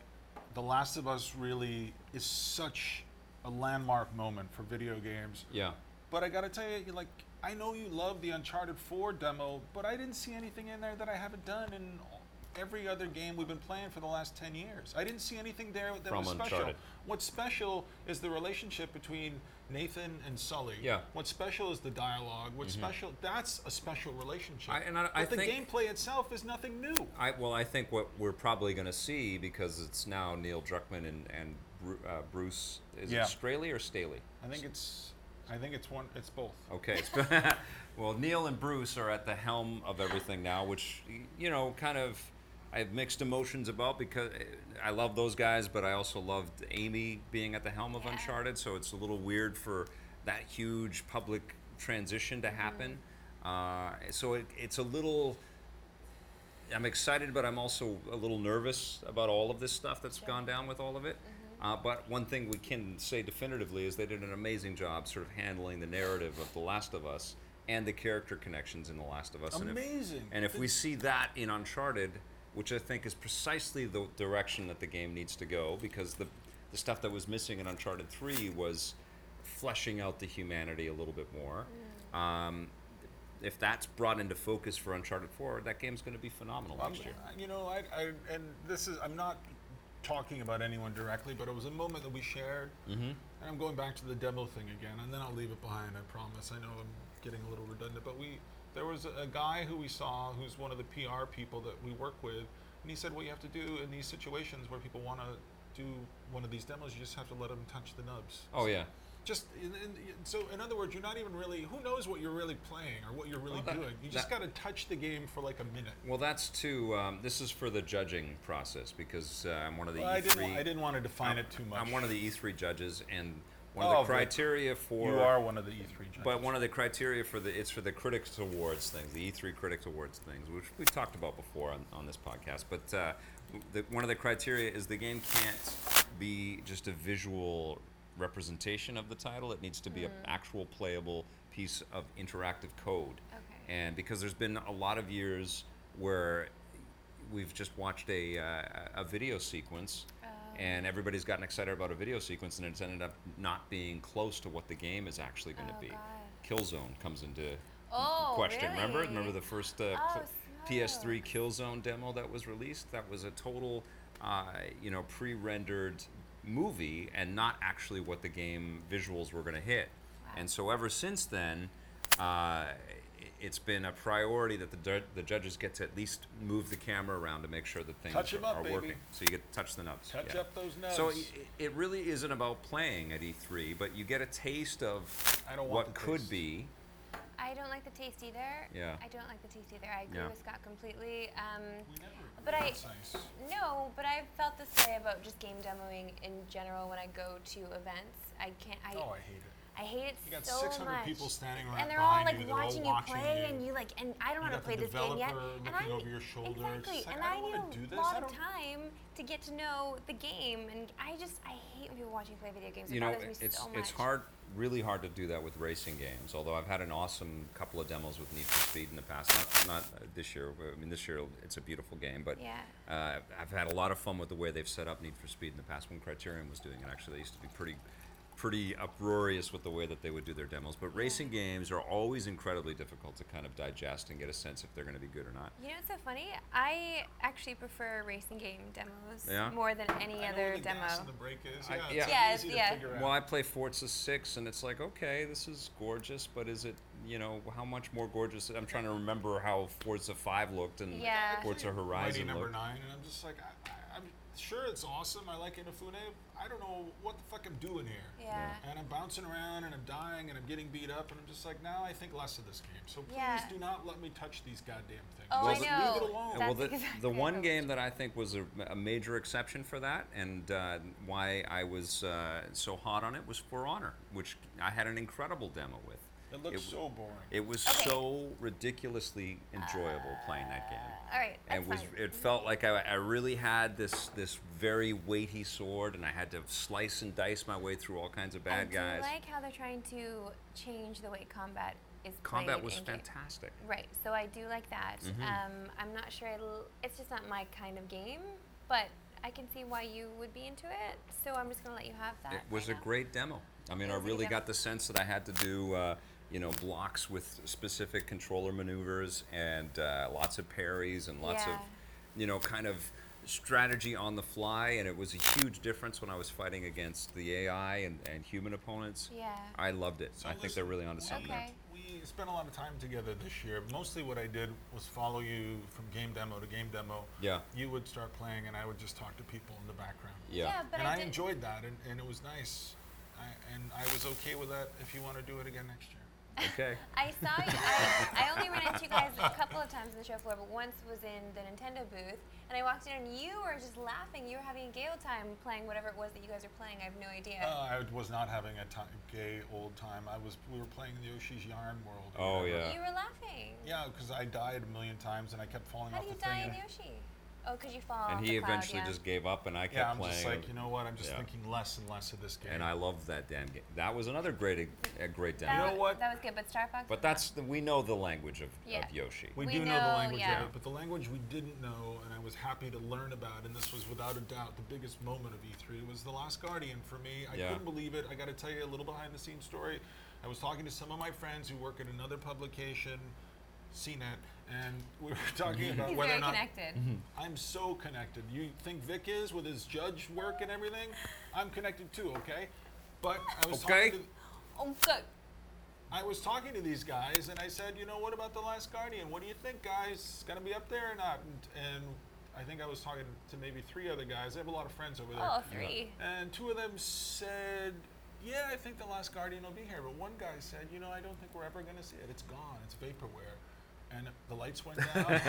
C: The Last of Us really is such a landmark moment for video games.
A: yeah.
C: But I gotta tell you, you like, I know you love the Uncharted 4 demo, but I didn't see anything in there that I haven't done in every other game we've been playing for the last 10 years. I didn't see anything there that
A: From
C: was special.
A: Uncharted.
C: What's special is the relationship between Nathan and Sully.
A: Yeah. Mm-hmm.
C: What's special is the dialogue. What's special? That's a special relationship.
A: I- and I-
C: but
A: I
C: the
A: think-
C: gameplay itself is nothing new.
A: I, well, I think what we're probably going to see because it's now Neil Druckmann and and Bru- uh, Bruce is
C: Yeah.
A: it Straley or Staley?
C: I think it's, I think it's one. It's both.
A: Okay. well, Neil and Bruce are at the helm of everything now, which y- you know, kind of, I have mixed emotions about because eh, I love those guys, but I also loved Amy being at the helm of
B: Yeah.
A: Uncharted, so it's a little weird for that huge public transition to happen. Uh, so it, it's a little. I'm excited, but I'm also a little nervous about all of this stuff that's gone down with all of it. Uh, but one thing we can say definitively is they did an amazing job sort of handling the narrative of The Last of Us and the character connections in The Last of Us. And if-
C: Amazing.
A: and if
C: The-
A: we see that in Uncharted, which I think is precisely the direction that the game needs to go, because the the stuff that was missing in Uncharted Three was fleshing out the humanity a little bit more. Um, if that's brought into focus for Uncharted Four, that game's going to be phenomenal
C: I'm-
A: next year.
C: I- You know, I, I and this is I'm not talking about anyone directly, but it was a moment that we shared, mm-hmm. and I'm going back to the demo thing again, and then I'll leave it behind. I promise. I know I'm getting a little redundant, but we there was a, a guy who we saw who's one of the PR people that we work with, and he said what you have to do in these situations where people want to do one of these demos, you just have to let them touch the nubs.
A: Oh yeah.
C: Just in, in, so, in other words, you're not even really. Who knows what you're really playing or what you're really
A: Well, that-
C: doing? You just
A: that-
C: got to touch the game for like a minute.
A: Well, that's too. Um, this is for the judging process because uh, I'm one of the
C: Well,
A: E3.
C: I didn't. wa- I didn't want to define
A: I'm-
C: it too much.
A: I'm one of the E3 judges, and one
C: Oh,
A: of
C: but
A: the criteria for
C: You are one of the E3 judges.
A: But one of the criteria for the it's for the critics awards things, the E3 critics awards things, which we talked about before on, on this podcast. But uh, the, one of the criteria is the game can't be just a visual representation of the title. It needs to be an actual playable piece of interactive code.
B: Okay.
A: And because there's been a lot of years where we've just watched a uh, a video sequence. And everybody's gotten excited about a video sequence, and it's ended up not being close to what the game is actually going to
B: Oh,
A: be.
B: God.
A: Killzone comes into
B: Oh,
A: question. Remember?
B: really?
A: Remember the first uh,
B: Oh,
A: pl-
B: snap.
A: PS3 Killzone demo that was released? That was a total, uh, you know, pre-rendered movie and not actually what the game visuals were going to hit. And so ever since then, uh, i- it's been a priority that the jud- the judges get to at least move the camera around to make sure that things
C: Touch 'em
A: are,
C: up,
A: are
C: baby.
A: working. So you get to touch the nubs.
C: Touch up those
A: So e-
C: nubs.
A: i- it really isn't about playing at E3, but you get a taste of
C: I don't want
A: what
C: the
A: could
C: taste.
A: be.
B: I don't like the taste either.
A: Yeah.
B: I don't like the taste either. I agree
A: Yeah.
B: with Scott completely. Um,
C: We never-
B: But I-
C: That's nice.
B: no, but I've felt this way about just game demoing in general when I go to events. I can't. I,
C: Oh, I hate it.
B: I hate it
C: You got
B: so
C: 600
B: much.
C: people standing right
B: and they're all
C: behind
B: like
C: you, they're all
B: watching you
C: watching
B: play,
C: you.
B: and you like, and I don't want to
C: got the
B: play this game yet.
C: developer
B: And
C: looking
B: I,
C: over your shoulder.
B: Exactly.
C: It's like,
B: and
C: I
B: I,
C: don't
B: need
C: wanna
B: a
C: do this. I
B: long
C: don't-
B: time to get to know the game, and I just I hate when people watching play video games. It
A: you know,
B: bothers me
A: it's
B: so much.
A: it's hard, really hard to do that with racing games. Although I've had an awesome couple of demos with Need for Speed in the past. Not not uh, this year. but, I mean, this year it's a beautiful game, but
B: Yeah.
A: uh, I've had a lot of fun with the way they've set up Need for Speed in the past. When Criterion was doing it, actually, they used to be pretty. Pretty uproarious with the way that they would do their demos, but racing games are always incredibly difficult to kind of digest and get a sense if they're going to be good or not.
B: You know, it's so funny. I actually prefer racing game demos
A: Yeah?
B: more than any
C: I know where
B: other
C: the gas
B: demo.
C: and the brake is.
A: I-
C: Yeah,
A: yeah.
C: it's
B: Yeah,
C: easy to
B: yeah.
C: figure out.
A: Well, I play Forza 6, and it's like, okay, this is gorgeous, but is it, you know, how much more gorgeous? I'm trying to remember how Forza 5 looked and
B: Yeah.
A: Forza
C: Mighty
A: Horizon
C: number
A: looked.
C: nine, and I'm just like, I, I, I'm sure it's awesome. I like Inafune. I don't know what the fuck I'm doing here.
B: Yeah.
C: And I'm bouncing around, and I'm dying, and I'm getting beat up, and I'm just like, now I think less of this game. So please
B: Yeah.
C: do not let me touch these goddamn things.
B: Oh,
A: I
C: Just
B: know.
C: Leave it alone.
B: That's
A: well, the,
B: exactly
A: the
B: how
A: one
B: it
A: game that I think was a, a major exception for that, and uh, why I was uh, so hot on it, was For Honor, which I had an incredible demo with.
C: it looks so boring.
A: It was
B: Okay.
A: so ridiculously enjoyable playing that game.
B: All right, that's
A: it was
B: fine.
A: it felt like I, I really had this this very weighty sword and I had to slice and dice my way through all kinds of bad
B: I
A: guys.
B: Do like how they're trying to change the way combat is
A: Combat
B: played
A: was
B: in games.
A: fantastic.
B: Right, so I do like that.
A: Mm-hmm.
B: Um, I'm not sure. I l- it's just not my kind of game, but I can see why you would be into it. So I'm just gonna let you have that.
A: It was
B: right
A: a
B: now.
A: great demo. I mean,
B: It
A: I
B: was a good
A: really
B: demo.
A: got the sense that I had to do, uh, you know, blocks with specific controller maneuvers and uh, lots of parries and lots of,
B: Yeah.
A: you know, kind of strategy on the fly. And it was a huge difference when I was fighting against the AI and, and human opponents.
B: Yeah.
A: I loved it.
C: So
A: I think they're
C: listen,
A: really onto something. there.
B: Okay.
C: We spent a lot of time together this year. Mostly what I did was follow you from game demo to game demo.
A: Yeah.
C: You would start playing, and I would just talk to people in the background.
A: Yeah.
B: but
C: and
B: I,
C: I,
B: did-
C: enjoyed that, and, and it was nice. I, and I was okay with that if you want to do it again next year.
A: Okay.
B: I saw you. I, I only ran into you guys a couple of times on the show floor, but once was in the Nintendo booth, and I walked in and you were just laughing. You were having a gay old time playing whatever it was that you guys were playing. I have no idea.
C: Uh, I was not having a ti gay old time. I was. We were playing the Yoshi's Yarn World. or
A: Oh,
C: whatever.
A: yeah.
B: You were laughing.
C: Yeah, because I died a million times, and I kept falling
B: How
C: off
B: do you
C: the thing.
B: die in
C: and I-
B: Yoshi? Oh, 'cause you fall.
A: and
B: off the
A: he
B: cloud,
A: eventually
B: yeah.
A: just gave up, and I kept
C: yeah, I'm
A: playing.
C: just like, you know what? I'm just
A: Yeah.
C: thinking less and less of this game.
A: and I loved that damn game. That was another great, a great
B: That,
A: demo.
C: know
B: wa-
C: what?
B: That was good, but Star Fox.
A: But
B: was
A: that's the, we know the language of,
B: Yeah.
A: of Yoshi.
C: We,
B: We
C: do know,
B: know,
C: the language
B: yeah.
C: of it, but the language we didn't know, and I was happy to learn about, and this was without a doubt the biggest moment of E3 was The Last Guardian for me. I
A: Yeah.
C: couldn't believe it. I got to tell you a little behind the scenes story. I was talking to some of my friends who work at another publication, CNET, and we were
A: Mm-hmm.
C: talking about
B: He's
C: whether
B: very
C: or not
B: connected.
C: I'm so connected. You think Vic is with his judge work and everything? I'm connected too, okay? But I was
A: Okay.
C: talking to
B: Oh, good.
C: I was talking to these guys and I said, you know, what about The Last Guardian? What do you think, guys? It's going to be up there or not? And, and I think I was talking to maybe three other guys. I have a lot of friends over there.
B: Oh, three.
C: And two of them said, yeah, I think The Last Guardian will be here. But one guy said, you know, I don't think we're ever going to see it. It's gone, it's vaporware. And the lights went down,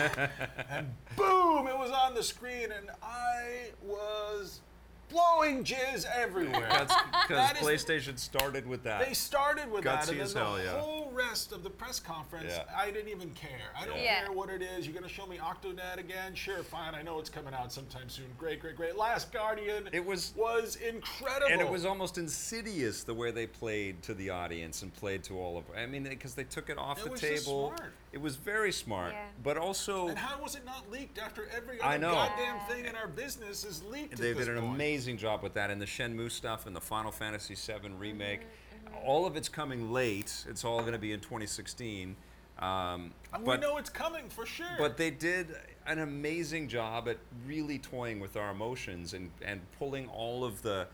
C: and boom, it was on the screen, and I was blowing jizz everywhere.
A: That's because
C: That is-
A: PlayStation started with that.
C: They started with that,
A: Gutsy
C: and then
A: as
C: the
A: hell, yeah.
C: whole rest of the press conference,
A: Yeah.
C: I didn't even care. I don't
B: Yeah.
C: care what it is. You're gonna show me Octodad again? Sure, fine. I know it's coming out sometime soon. Great, great, great. Last Guardian.
A: It was-
C: was incredible.
A: and it was almost insidious the way they played to the audience and played to all of. I mean, because they took it off
C: It
A: the
C: was just
A: table.
C: smart.
A: It was very smart,
B: Yeah.
A: but also
C: And how was it not leaked after every other
A: I know.
C: goddamn thing in our business is leaked?
A: they
C: at this
A: did an
C: point?
A: amazing job with that and the Shenmue stuff and the Final Fantasy VII remake.
C: Mm-hmm,
A: All of it's coming late. It's all going to be in 2016. Um,
C: And
A: but
C: we know it's coming for sure.
A: but they did an amazing job at really toying with our emotions and and pulling all of the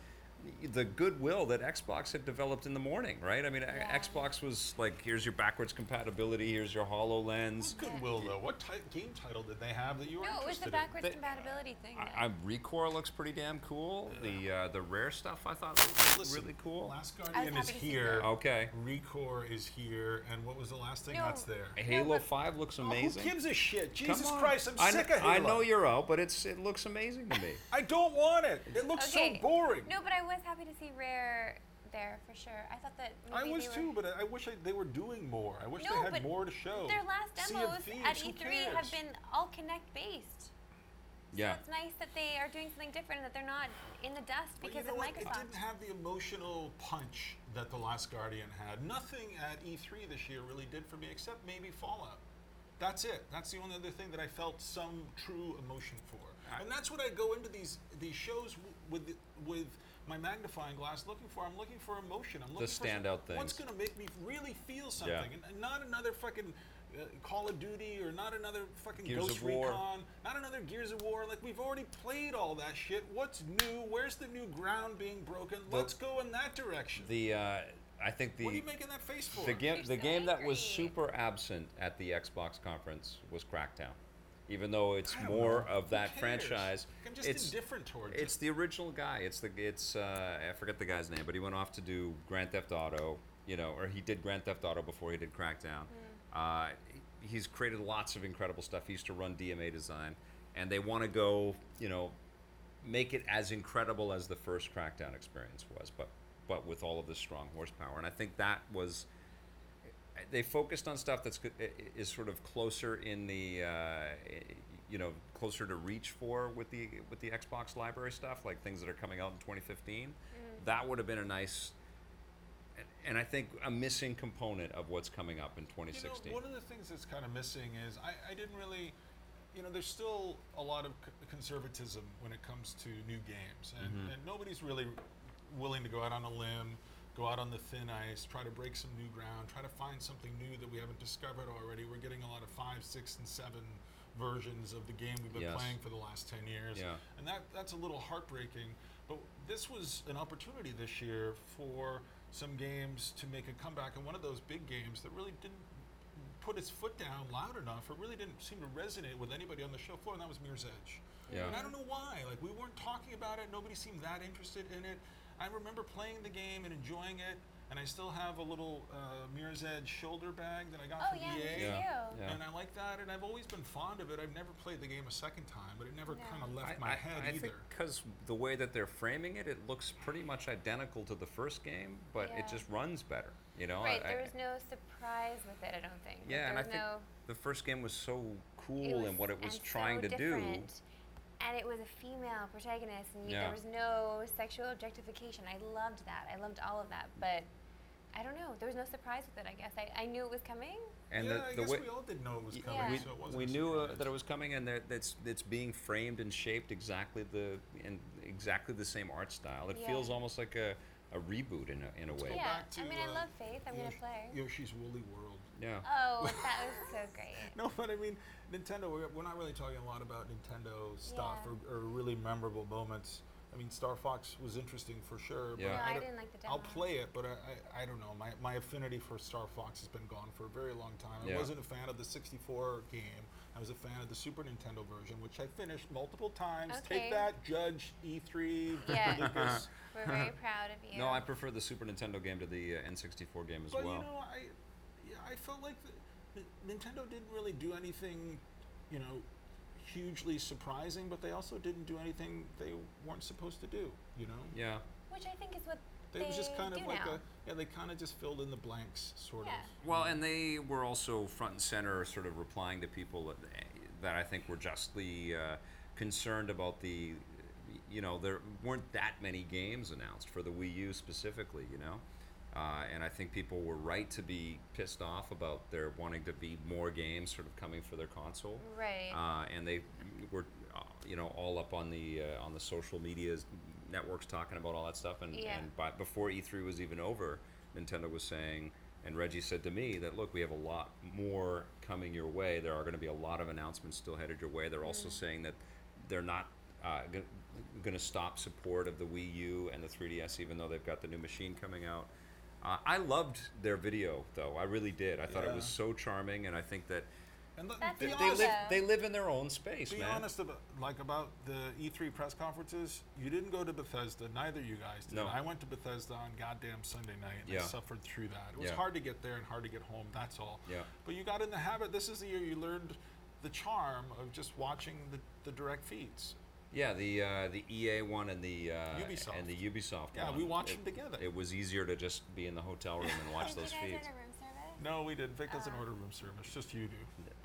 A: the goodwill that Xbox had developed in the morning, right? I mean, I-
B: Yeah.
A: Xbox was like, here's your backwards compatibility, here's your Hololens.
C: Goodwill though. What ty- game title did they have that you were
B: No, it was
C: interested
B: the
C: in?
B: backwards
A: They-
B: compatibility thing.
A: I, I, Recore looks pretty damn cool. The uh, the rare stuff I thought looked
C: Listen,
A: really cool. Oh.
C: Last Guardian
B: happy
C: is
B: to see
C: here.
B: that.
A: Okay.
C: Recore is here, and what was the last thing
B: No.
C: that's there?
A: Halo
B: but-
A: 5 looks amazing.
C: Who gives a shit?
A: Come
C: Jesus
A: on.
C: Christ, I'm
A: I kn-
C: sick of Halo.
A: I know you're out, but it's it looks amazing to me.
C: I don't want it. It looks
B: okay.
C: so boring.
B: No, but I was happy to see Rare there for sure. I thought that
C: I
B: maybe
C: was
B: they were-
C: too, but I, I wish I, they were doing more. I wish
B: No,
C: they
B: but
C: had more to show.
B: Their last
C: Sea of
B: demos
C: Thieves,
B: at
C: who
B: E3 have
C: cares?
B: been all Connect based.
A: Yeah.
B: So it's nice that they are doing something different and that they're not in the dust
C: But
B: because
C: you know
B: of
C: what?
B: Microsoft.
C: It didn't have the emotional punch that The Last Guardian had. Nothing at E3 this year really did for me, except maybe Fallout. That's it. That's the only other thing that I felt some true emotion for. And that's what I go into these these shows w- with the- with my magnifying glass looking for. I'm looking for emotion. I'm looking for some-
A: standout things.
C: What's going to make me really feel something, and, and not another fucking. Uh, Call of Duty, or not another fucking
A: Gears
C: Ghost
A: of War.
C: Recon, not another Gears of War. Like we've already played all that shit. What's new? Where's the new ground being broken? Let's go in that direction.
A: The uh, I think the
C: what are you making that face for?
A: the game
B: You're
A: the
B: so
A: game that was
B: angry.
A: super absent at the Xbox conference was Crackdown, even though it's
C: I don't
A: more
C: know.
A: of
C: Who
A: that
C: cares?
A: franchise.
C: I'm just
A: it's
C: indifferent towards
A: it's
C: it.
A: the original guy. It's the it's uh, I forget the guy's name, but he went off to do Grand Theft Auto, you know, or he did Grand Theft Auto before he did Crackdown. Uh, he- he's created lots of incredible stuff. He used to run DMA Design, and they want to go, you know, make it as incredible as the first Crackdown experience was, but but with all of this strong horsepower. And I think that was they focused on stuff that's co- i- i- is sort of closer in the uh, i- you know closer to reach for with the with the Xbox library stuff, like things that are coming out in 2015.
B: Mm.
A: That would have been a nice. a- And I think a missing component of what's coming up in
C: You know,
A: 2016.
C: one of the things that's kind of missing is I, I didn't really, you know, there's still a lot of c- conservatism when it comes to new games, and,
A: Mm-hmm.
C: and nobody's really willing to go out on a limb, go out on the thin ice, try to break some new ground, try to find something new that we haven't discovered already. We're getting a lot of five, six, and seven versions of the game we've been
A: Yes.
C: playing for the last 10 years
A: Yeah.
C: and that that's a little heartbreaking. But this was an opportunity this year for some games to make a comeback, and one of those big games that really didn't put its foot down loud enough. It really didn't seem to resonate with anybody on the show floor, and that was Mirror's Edge.
A: Yeah.
C: And I don't know why. Like we weren't talking about it. Nobody seemed that interested in it. I remember playing the game and enjoying it, and I still have a little uh, Mirror's Edge shoulder bag that I got
B: Oh,
C: from E
B: yeah, me
C: EA.
B: too. Yeah.
A: Yeah.
C: And I like that, and I've always been fond of it. I've never played the game a second time, but it never
B: No.
C: kind of
A: I-
C: left my
A: I,
C: head
A: I
C: either.
A: think because the way that they're framing it, it looks pretty much identical to the first game, but
B: Yeah.
A: it just runs better. You know,
B: right,
A: Oh, I-
B: there
A: I-
B: was no surprise with it, I don't think. Like,
A: yeah,
B: there
A: and I
B: was
A: think
B: no,
A: the first game was so
B: it
A: cool and what it was
B: and
A: trying
B: so
A: to do.
B: different. And it was a female protagonist, and you,
A: Yeah.
B: there was no sexual objectification. I loved that. I loved all of that, but I don't know. There was no surprise with it. I guess I, I knew it was coming.
A: And
C: yeah,
A: the,
C: I
A: the
C: guess
A: way
C: we all didn't know it was
A: Y-
C: coming,
B: Yeah.
C: so it wasn't
A: we
C: a
A: knew uh,
C: surprise.
A: that it was coming, and that that's that's being framed and shaped exactly the in exactly the same art style. It
B: Yeah.
A: feels almost like a, a reboot in a, in a way.
C: Go
B: yeah,
C: back to,
B: I mean,
C: uh,
B: I love Faith. I'm gonna
C: Yosh-
B: play.
C: Yoshi's Woolly World.
A: Yeah.
B: Oh, that was so great.
C: No, but I mean, Nintendo. We're, we're not really talking a lot about Nintendo stuff
B: Yeah.
C: or, or really memorable moments. I mean, Star Fox was interesting for sure.
A: Yeah.
C: But
A: No,
B: I
C: don't-
B: didn't like the
C: I'll
B: demo.
C: play it, but I, I, I don't know. My, my affinity for Star Fox has been gone for a very long time.
A: Yeah.
C: I wasn't a fan of the 64 game. I was a fan of the Super Nintendo version, which I finished multiple times.
B: Okay.
C: Take that, Judge E3,
B: Yeah.
C: Lucas.
B: We're very proud of you.
A: No, I prefer the Super Nintendo game to the uh, N64 game as
C: But
A: well.
C: you know, I yeah, I felt like the, the Nintendo didn't really do anything, you know, hugely surprising, but they also didn't do anything they weren't supposed to do. You know,
A: yeah.
B: Which I think is what
C: they,
B: they,
C: was just kind
B: do
C: of like
B: now.
C: a yeah, they kind of just filled in the blanks, sort
B: Yeah.
C: of.
A: Well, and they were also front and center, sort of replying to people that, that I think were justly uh, concerned about the, you know, there weren't that many games announced for the Wii U specifically, you know. Uh, and I think people were right to be pissed off about there wanting to be more games sort of coming for their console.
B: Right.
A: Uh, and they were, uh, you know, all up on the uh, on the social medias networks talking about all that stuff. And,
B: Yeah.
A: and by, before E3 was even over, Nintendo was saying, and Reggie said to me that look, we have a lot more coming your way. There are going to be a lot of announcements still headed your way. They're also
B: Mm-hmm.
A: saying that they're not uh, going to stop support of the Wii U and the 3DS, even though they've got the new machine coming out. Uh, I loved their video, though. I really did. I thought it was
C: Yeah.
A: so charming, and I think that
C: And let-
B: That's
C: be
A: they,
B: an
A: they
B: awesome.
A: live
C: honest,
A: they live in their own space,
C: be
A: man.
C: honest about like about the E3 press conferences. You didn't go to Bethesda, neither you guys did.
A: No.
C: I went to Bethesda on goddamn Sunday night, and
A: Yeah.
C: I suffered through that. It was
A: Yeah.
C: hard to get there and hard to get home. That's all.
A: Yeah.
C: But you got in the habit. This is the year you learned the charm of just watching the, the direct feeds.
A: Yeah, the uh, the EA one and the uh,
C: Ubisoft.
A: and the Ubisoft
C: Yeah,
A: one.
C: we watched
A: it,
C: them together.
A: It was easier to just be in the hotel room and watch
B: Did
A: those
B: you guys
A: feeds.
B: order room service?
C: No, we didn't. Vic doesn't order room service. Just you do.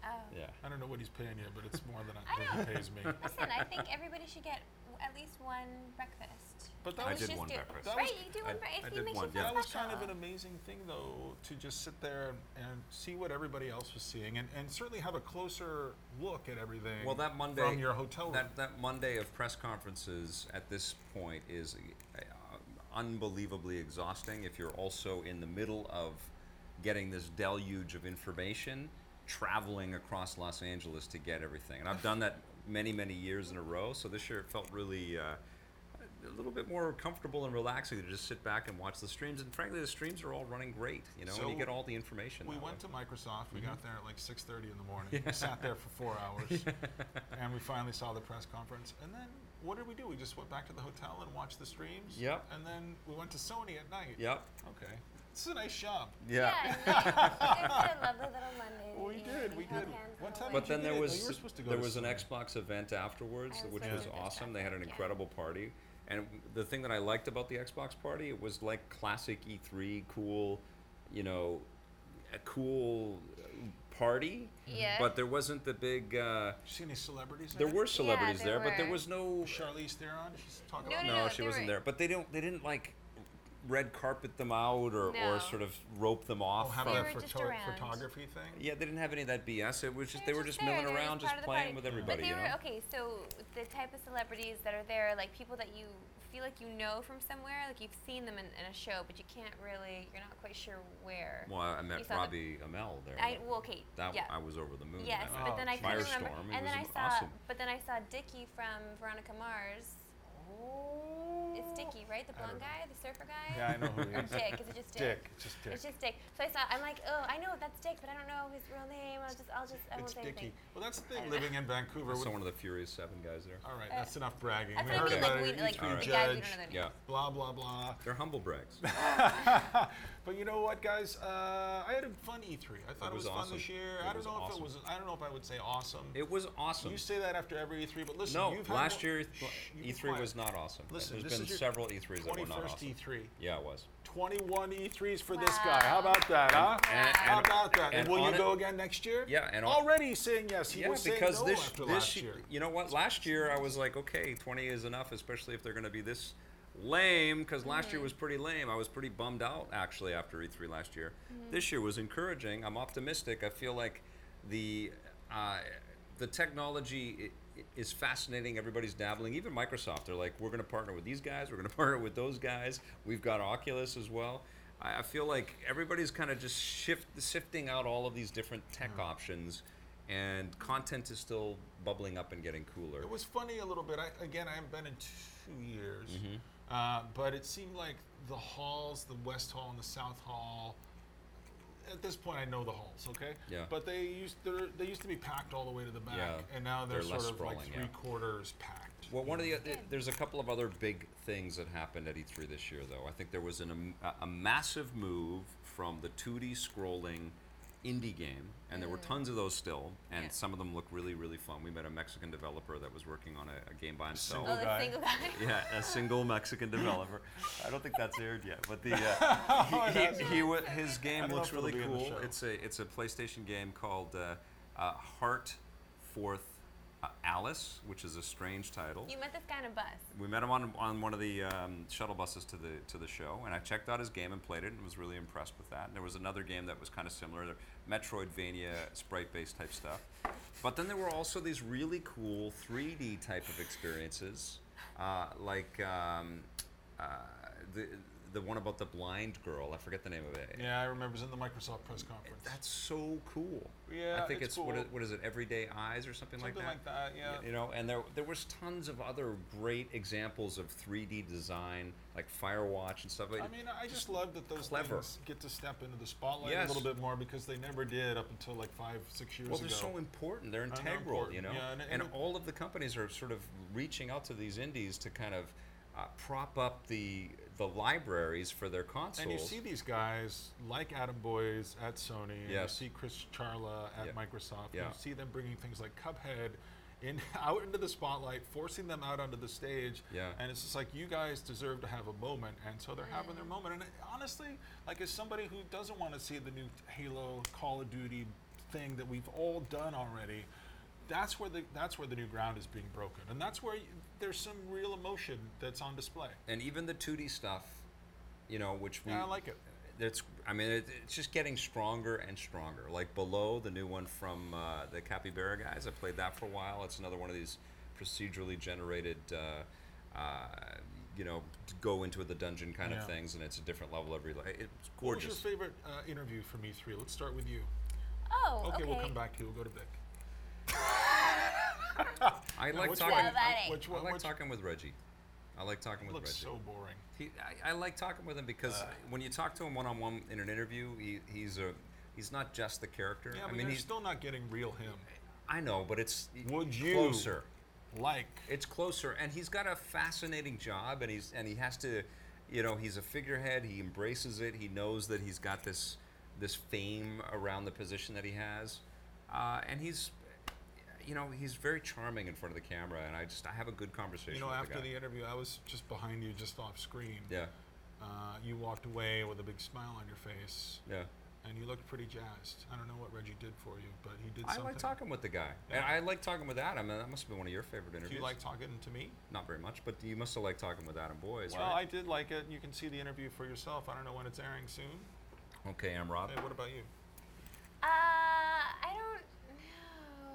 B: Oh.
A: Yeah.
C: I don't know what he's paying you, but it's more than
B: I
C: I,
B: know.
C: think he pays me.
B: Listen, I think everybody should get w- at least one breakfast.
C: But that
A: I
C: was
A: did
B: just
A: one
B: do-
A: breakfast.
C: That
B: right,
C: was-
B: you do
A: I-
B: one breakfast.
A: I
B: It
A: did
B: makes
A: one,
B: you feel
A: yeah.
C: that was kind of an
B: special.
C: amazing thing, though, to just sit there and see what everybody else was seeing, and, and certainly have a closer look at everything.
A: Well, that Monday
C: from your hotel room.
A: That that Monday of press conferences at this point is uh, unbelievably exhausting. If you're also in the middle of getting this deluge of information, traveling across Los Angeles to get everything, and I've done that many many years in a row. So this year it felt really. Uh, a little bit more comfortable and relaxing to just sit back and watch the streams, and frankly, the streams are all running great. You know, and you
C: So
A: get all the information.
C: we
A: that
C: went
A: way.
C: to Microsoft. We
A: Mm-hmm.
C: got there at like 6:30 in the morning. We sat there for four hours, and we finally saw the press conference. And then what did we do? We just went back to the hotel and watched the streams.
A: Yep.
C: And then we went to Sony at night.
A: Yep.
C: Okay. This is a nice shop.
B: Yeah, nice. it's a lovely little Monday.
C: We
B: yeah,
C: did, we
B: held
C: did.
B: hands on
C: One
B: the
C: time
B: way.
A: But then
C: did
A: there
C: it. No,
A: was
C: you were supposed to go
A: there
C: to
A: was an
C: Sony.
A: Xbox event afterwards,
B: I was
A: which
B: supposed
A: was
B: to go to the
A: awesome. They had an
B: Xbox, yeah.
A: incredible party, and the thing that I liked about the Xbox party, it was like classic E3, cool, you know, a cool uh, party.
B: Yeah.
A: But there wasn't the big. Uh,
C: See any celebrities?
A: there
C: there?
A: were celebrities
B: there
A: there, but there
B: were.
A: was no.
C: Charlize Theron. She's talking
B: No,
C: about
B: no,
A: No, she
B: they
A: wasn't
B: were-
A: there. But they don't. They didn't like red carpet them out or,
B: No.
A: or sort of rope them off.
C: Oh, have
A: from-
B: They
C: that
B: were
C: photo-
B: just around.
C: photography thing.
A: yeah, they didn't have any of that BS. It was just they were just
B: there,
A: milling
B: they were
A: around, just
B: part of the
A: playing
B: party.
A: with everybody.
B: But they
A: you know.
B: were okay. So the type of celebrities that are there, like people that you feel like you know from somewhere, like you've seen them in, in a show, but you can't really, you're not quite sure where.
A: Well, I met
B: You saw the-
A: Robbie Amell there.
B: I well, okay,
A: that
B: yeah.
A: I was over the moon. that
B: Yes,
A: night.
B: but then I couldn't remember.
A: Firestorm, it
B: And then I
A: was
B: saw,
A: awesome.
B: but then I saw Dickie from Veronica Mars. It's
C: Oh.
B: Dickie, right? The
C: I don't
B: blonde guy, the surfer guy.
C: Yeah, I know who he
B: Or
C: is.
B: Dick? Is it just Dick?
C: Dick. It's just Dick.
B: It's just Dick. So I saw. I'm like, oh, I know that's Dick, but I don't know his real name. I'll just, I'll just, I won't
C: It's
B: say anything.
C: Dickie. Well, that's the
B: I
C: thing.
B: don't know.
C: Living in Vancouver.
A: I saw
C: we-
A: one of the Furious Seven guys there.
C: all right, that's enough bragging.
B: That's
C: we
B: what I
C: heard
B: mean.
C: about
B: Like, we,
C: it.
B: like
C: E3
B: the
A: Alright.
B: guys we don't know
C: judge.
B: their names.
A: Yeah,
C: Blah blah blah.
A: they're humble brags.
C: But you know what, guys? Uh, I had a fun E3. I thought it
A: was
C: was, fun
A: awesome.
C: this year.
A: It
C: I don't
A: was
C: know if it
A: awesome.
C: was. I don't know if I would say awesome.
A: it was awesome.
C: you say that after every E3, but listen,
A: No,
C: you've had
A: last
C: one-
A: year
C: Shh, you be
A: E3
C: quiet.
A: was not awesome.
C: Listen,
A: There's
C: this
A: been
C: is your E
A: several E3s that were not
C: 21st
A: awesome.
C: E3.
A: Yeah, it was.
C: 21 E3s E for this guy.
B: Wow.
C: How about that, huh?
A: And- and-
C: How about that? And,
A: and
C: will
A: on
C: you
A: it-
C: go again next year?
A: Yeah, and on-
C: already he's saying yes. He
A: yeah,
C: was saying
A: because
C: no
A: this
C: after
A: this
C: last
A: y-
C: year.
A: you know what? Last year I was like, okay, 20 is enough, especially if they're going to be this lame. Because last year was pretty lame. I was pretty bummed out actually after E3 last year. This year was encouraging. I'm optimistic. I feel like the uh, the technology. i- i- is fascinating. Everybody's dabbling. Even Microsoft, they're like, we're going to partner with these guys. We're going to partner with those guys. We've got Oculus as well. I, I feel like everybody's kind of just shift sifting out all of these different tech
C: Mm.
A: options and content is still bubbling up and getting cooler.
C: It was funny a little bit. I, again, I haven't been in two years, uh, but it seemed like the halls, the West Hall and the South Hall. At this point, I know the halls, okay?
A: Yeah.
C: But they used they're- they used to be packed all the way to the back,
A: Yeah.
C: and now they're,
A: They're
C: sort
A: less
C: of like
A: sprawling, yeah.
C: three quarters packed.
A: Well, one of the oth- there's a couple of other big things that happened at E3 this year, though. I think there was an, am- a- a massive move from the 2D scrolling indie game, and there were tons of those still, and
B: Yeah.
A: some of them look really, really fun. We met a Mexican developer that was working on a, a game by himself.
B: Oh,
C: Single guy.
B: the single guy.
A: Yeah, a single Mexican developer. I don't think that's aired yet, but the uh, he, he, he, wa- his
C: I
A: game
C: don't
A: looks
C: know if
A: really
C: it'll be in the
A: cool.
C: show.
A: It's a it's a PlayStation game called uh, uh, Heart Fourth uh, Alice, which is a strange title.
B: You met this guy on a bus.
A: We met him on, on one of the um, shuttle buses to the to the show, and I checked out his game and played it, and was really impressed with that. And there was another game that was kind of similar, the Metroidvania sprite-based type stuff. But then there were also these really cool 3D type of experiences, uh, like um, uh, the the one about the blind girl. I forget the name of it.
C: Yeah, I remember it was in the Microsoft press conference.
A: That's so cool.
C: Yeah,
A: I think
C: it's
A: it's, what,
C: cool.
A: is, what is it? Everyday Eyes or something,
C: something like that. yeah.
A: you know and there there was tons of other great examples of 3d design like firewatch and stuff like
C: I mean, I just love that those
A: Clever.
C: things get to step into the spotlight
A: Yes.
C: a little bit more because they never did up until like five, six years
A: well
C: ago.
A: they're so important they're
C: they're
A: integral
C: important,
A: you know
C: yeah, and-
A: and,
C: and it-
A: all of the companies are sort of reaching out to these indies to kind of uh, prop up the the libraries for their consoles
C: And you see these guys like Adam Boys at Sony, and
A: Yes.
C: you see Chris Charla at
A: Yeah.
C: Microsoft, and
A: Yeah.
C: you see them bringing things like Cuphead in out into the spotlight, forcing them out onto the stage.
A: Yeah.
C: And it's just like you guys deserve to have a moment, and so they're having their moment. And it, honestly, like as somebody who doesn't want to see the new Halo, Call of Duty thing that we've all done already, that's where the that's where the new ground is being broken, and that's where y there's some real emotion that's on display.
A: and even the 2D stuff, you know, which we
C: Yeah, I like it.
A: That's I mean it, it's just getting stronger and stronger. Like below the new one from uh, the Capybara guys, I played that for a while. It's another one of these procedurally generated, uh, uh, you know, to go into the dungeon kind
C: Yeah.
A: of things, and it's a different level every. It's
C: What was
A: gorgeous.
C: your favorite uh, interview from E3? Let's start with you.
B: Oh,
C: Okay,
B: okay.
C: we'll come back to you. We'll go to Vic.
A: I
C: Now,
A: like
C: which
A: talking.
C: one-
B: Elevating.
C: Which
A: I
C: one?
A: like
C: which-
A: talking with Reggie. I like talking with
C: looks
A: Reggie.
C: so Uh. boring.
A: He, I, I like talking with him because when you talk to him one on one in an interview, he, he's a he's not just the character.
C: Yeah,
A: I
C: but
A: mean,
C: you're
A: he's
C: still not getting real him.
A: I know, but it's
C: Would you?
A: closer.
C: Like,
A: It's closer, and he's got a fascinating job, and he's and he has to, you know, he's a figurehead. He embraces it. He knows that he's got this this fame around the position that he has, uh, and he's. You know he's very charming in front of the camera, and I just I have a good conversation.
C: you know,
A: with
C: after
A: the, guy.
C: the interview, I was just behind you, just off screen.
A: yeah,
C: Uh, you walked away with a big smile on your face,
A: yeah.
C: and you looked pretty jazzed. I don't know what Reggie did for you, but he did
A: I
C: something.
A: like talking with the guy, and
C: Yeah.
A: I like talking with Adam. And that must have been one of your favorite
C: Do
A: interviews.
C: you like talking to me?
A: Not very much, but you must have liked talking with Adam Boys,
C: Well, I
A: right?
C: did like it. You can see the interview for yourself. I don't know when it's airing soon.
A: okay, I'm Rob.
C: Hey, what about you?
B: Uh, I don't know.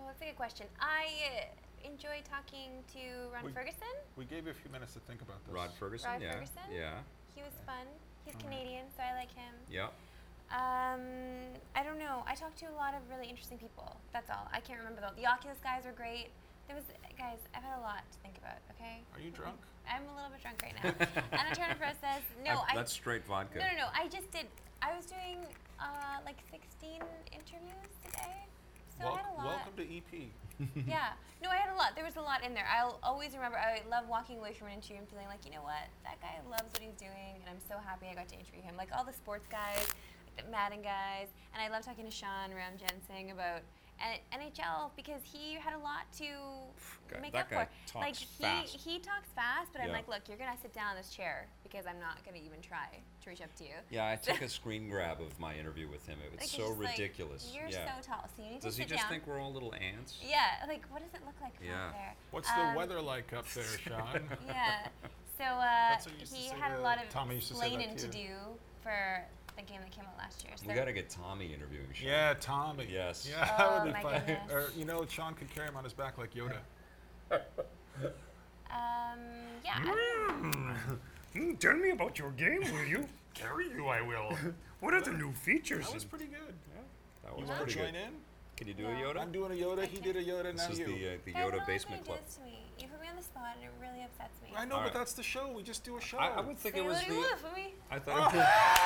B: That's a good question. I uh, enjoy talking to Ron
C: We-
B: Ferguson.
C: We gave you a few minutes to think about this.
A: Rod Ferguson.
B: Rod
A: yeah.
B: Ferguson?
A: Yeah.
B: He was fun. He's Canadian, so I like him.
A: Yeah.
B: Um, I don't know. I talked to a lot of really interesting people. That's all. I can't remember though. The Oculus guys were great. There was guys. I've had a lot to think about. Okay.
C: Are you drunk?
B: I'm a little bit drunk right now. and I'm trying to process. No,
A: That-
B: I.
A: that's straight vodka.
B: No, no, no. I just did. I was doing uh, like 16 interviews today. So I
C: Wel-
B: had a lot.
C: welcome to E EP.
B: yeah. No, I had a lot. There was a lot in there. I'll always remember. I love walking away from an interview and feeling like, you know what? That guy loves what he's doing, and I'm so happy I got to interview him. Like all the sports guys, like the Madden guys, and I love talking to Sean Ram Jensen about N- NHL because he had a lot to
A: God,
B: make
A: that
B: up
A: guy
B: for.
A: talks
B: like he
A: fast.
B: he talks fast, but I'm
A: Yeah.
B: like, look, you're gonna sit down in this chair because I'm not gonna even try to reach up to you.
A: Yeah, I took a screen grab of my interview with him. It was
B: Like, it's
A: so
B: just like,
A: ridiculous.
B: you're
A: yeah.
B: so tall, so you need
A: Does
B: to
A: he
B: sit
A: just
B: down.
A: think we're all little ants?
B: yeah, like what does it look like from
A: Yeah.
B: up there?
C: What's the
B: Um,
C: weather like up there, Sean?
B: yeah. So uh,
C: what you used to
B: he
C: say
B: had
C: to-
B: a lot of
C: Tommy used to say that
B: explaining
C: to
B: to
C: you.
B: do for the game that came out last year. So
A: We got to get Tommy interviewing. Sean.
C: yeah, Tommy.
A: Yes.
C: Yeah, that
B: Oh,
C: would be
B: my
C: fun.
B: goodness.
C: Or you know, Sean could carry him on his back like Yoda.
B: um, yeah. I don't know.
D: Mm, tell me about your game, will you?
C: Carry you, I will.
D: What are the new features?
C: that was
D: and-
C: pretty good.
A: That
C: You
A: was
C: want to
A: pretty
C: join
A: good.
C: in?
A: Can you do
B: No.
A: a Yoda?
C: I'm doing a Yoda.
B: I
C: He
B: can't.
C: did a Yoda.
A: this
C: now
A: is
C: you.
A: the uh, the
B: Guys, I don't
A: Yoda
B: like
A: basement
B: when
A: club.
B: you do this to me. You put me on the spot, and it really upsets me.
C: I know,
A: All
C: but
A: right.
C: that's the show. We just do a show.
A: I, I would think
B: Say
A: it was
B: what do you
A: the.
B: want from me?
A: I thought it was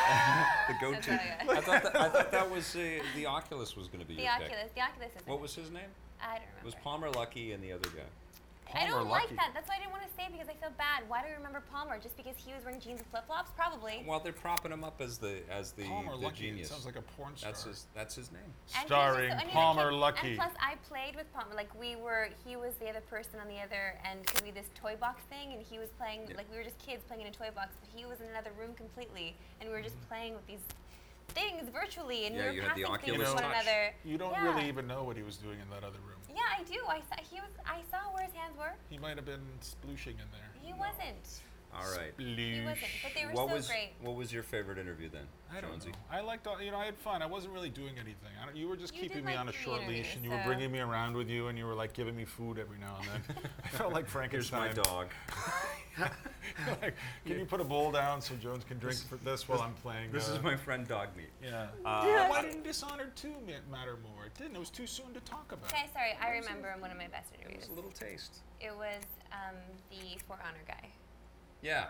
B: That's
A: the
B: all
A: go-to.
B: I got.
A: I thought that, I thought that was uh, the Oculus was going to be
B: The
A: your pick.
B: Oculus. The Oculus is.
A: What was his name?
B: I don't
A: It
B: remember.
A: was Palmer Lucky and the other guy.
B: I
D: Palmer
B: don't
D: Lucky.
B: like that. That's why I didn't want to say it because I feel bad. Why do I remember Palmer? Just because he was wearing jeans and flip flops? Probably.
A: Well, they're propping him up as the as the, the
C: Palmer Lucky.
A: genius.
C: It sounds like a porn star.
A: that's his that's his name.
B: And he was just
C: Starring
B: so- and he was
C: Palmer
B: like-
C: Lucky.
B: And plus, I played with Palmer. Like we were, he was the other person on the other end. Cause we had this toy box thing, and he was playing.
A: Yeah.
B: Like we were just kids playing in a toy box, but he was in another room completely, and we were just playing with these things virtually, and
A: Mm-hmm. Yeah,
B: we
A: you
B: were
A: had the
B: passing things
A: Oculus
B: to one
A: Touch.
B: another.
C: you don't
B: yeah.
C: really even know what he was doing in that other room.
B: Yeah, I do. I saw. He was. I saw where his hands were.
C: He might have been splooshing in there.
B: He wasn't.
A: All right.
B: He wasn't. But they were
A: what
B: so
A: was
B: great.
A: what was your favorite interview then,
C: I don't
A: Jonesy?
C: know. I liked all, you know, I had fun. I wasn't really doing anything. I don't, you were just
B: You
C: keeping
B: did
C: me
B: like
C: on a
B: the
C: short
B: interview,
C: leash and you were
B: so-
C: bringing me around with you and you were like giving me food every now and then. I felt like
A: Here's my
C: Frankenstein.
A: dog.
C: like, can you put a bowl down so Jones can drink for this while I'm playing?
A: This
C: uh,
A: is my friend Dog Meat.
C: Yeah.
A: Uh,
C: why didn't Dishonored 2 ma- matter more? It didn't. It was too soon to talk about.
B: Okay, sorry. I remember one of my best
A: It was
B: interviews.
A: a little taste.
B: It was um, the For Honor guy.
A: Yeah.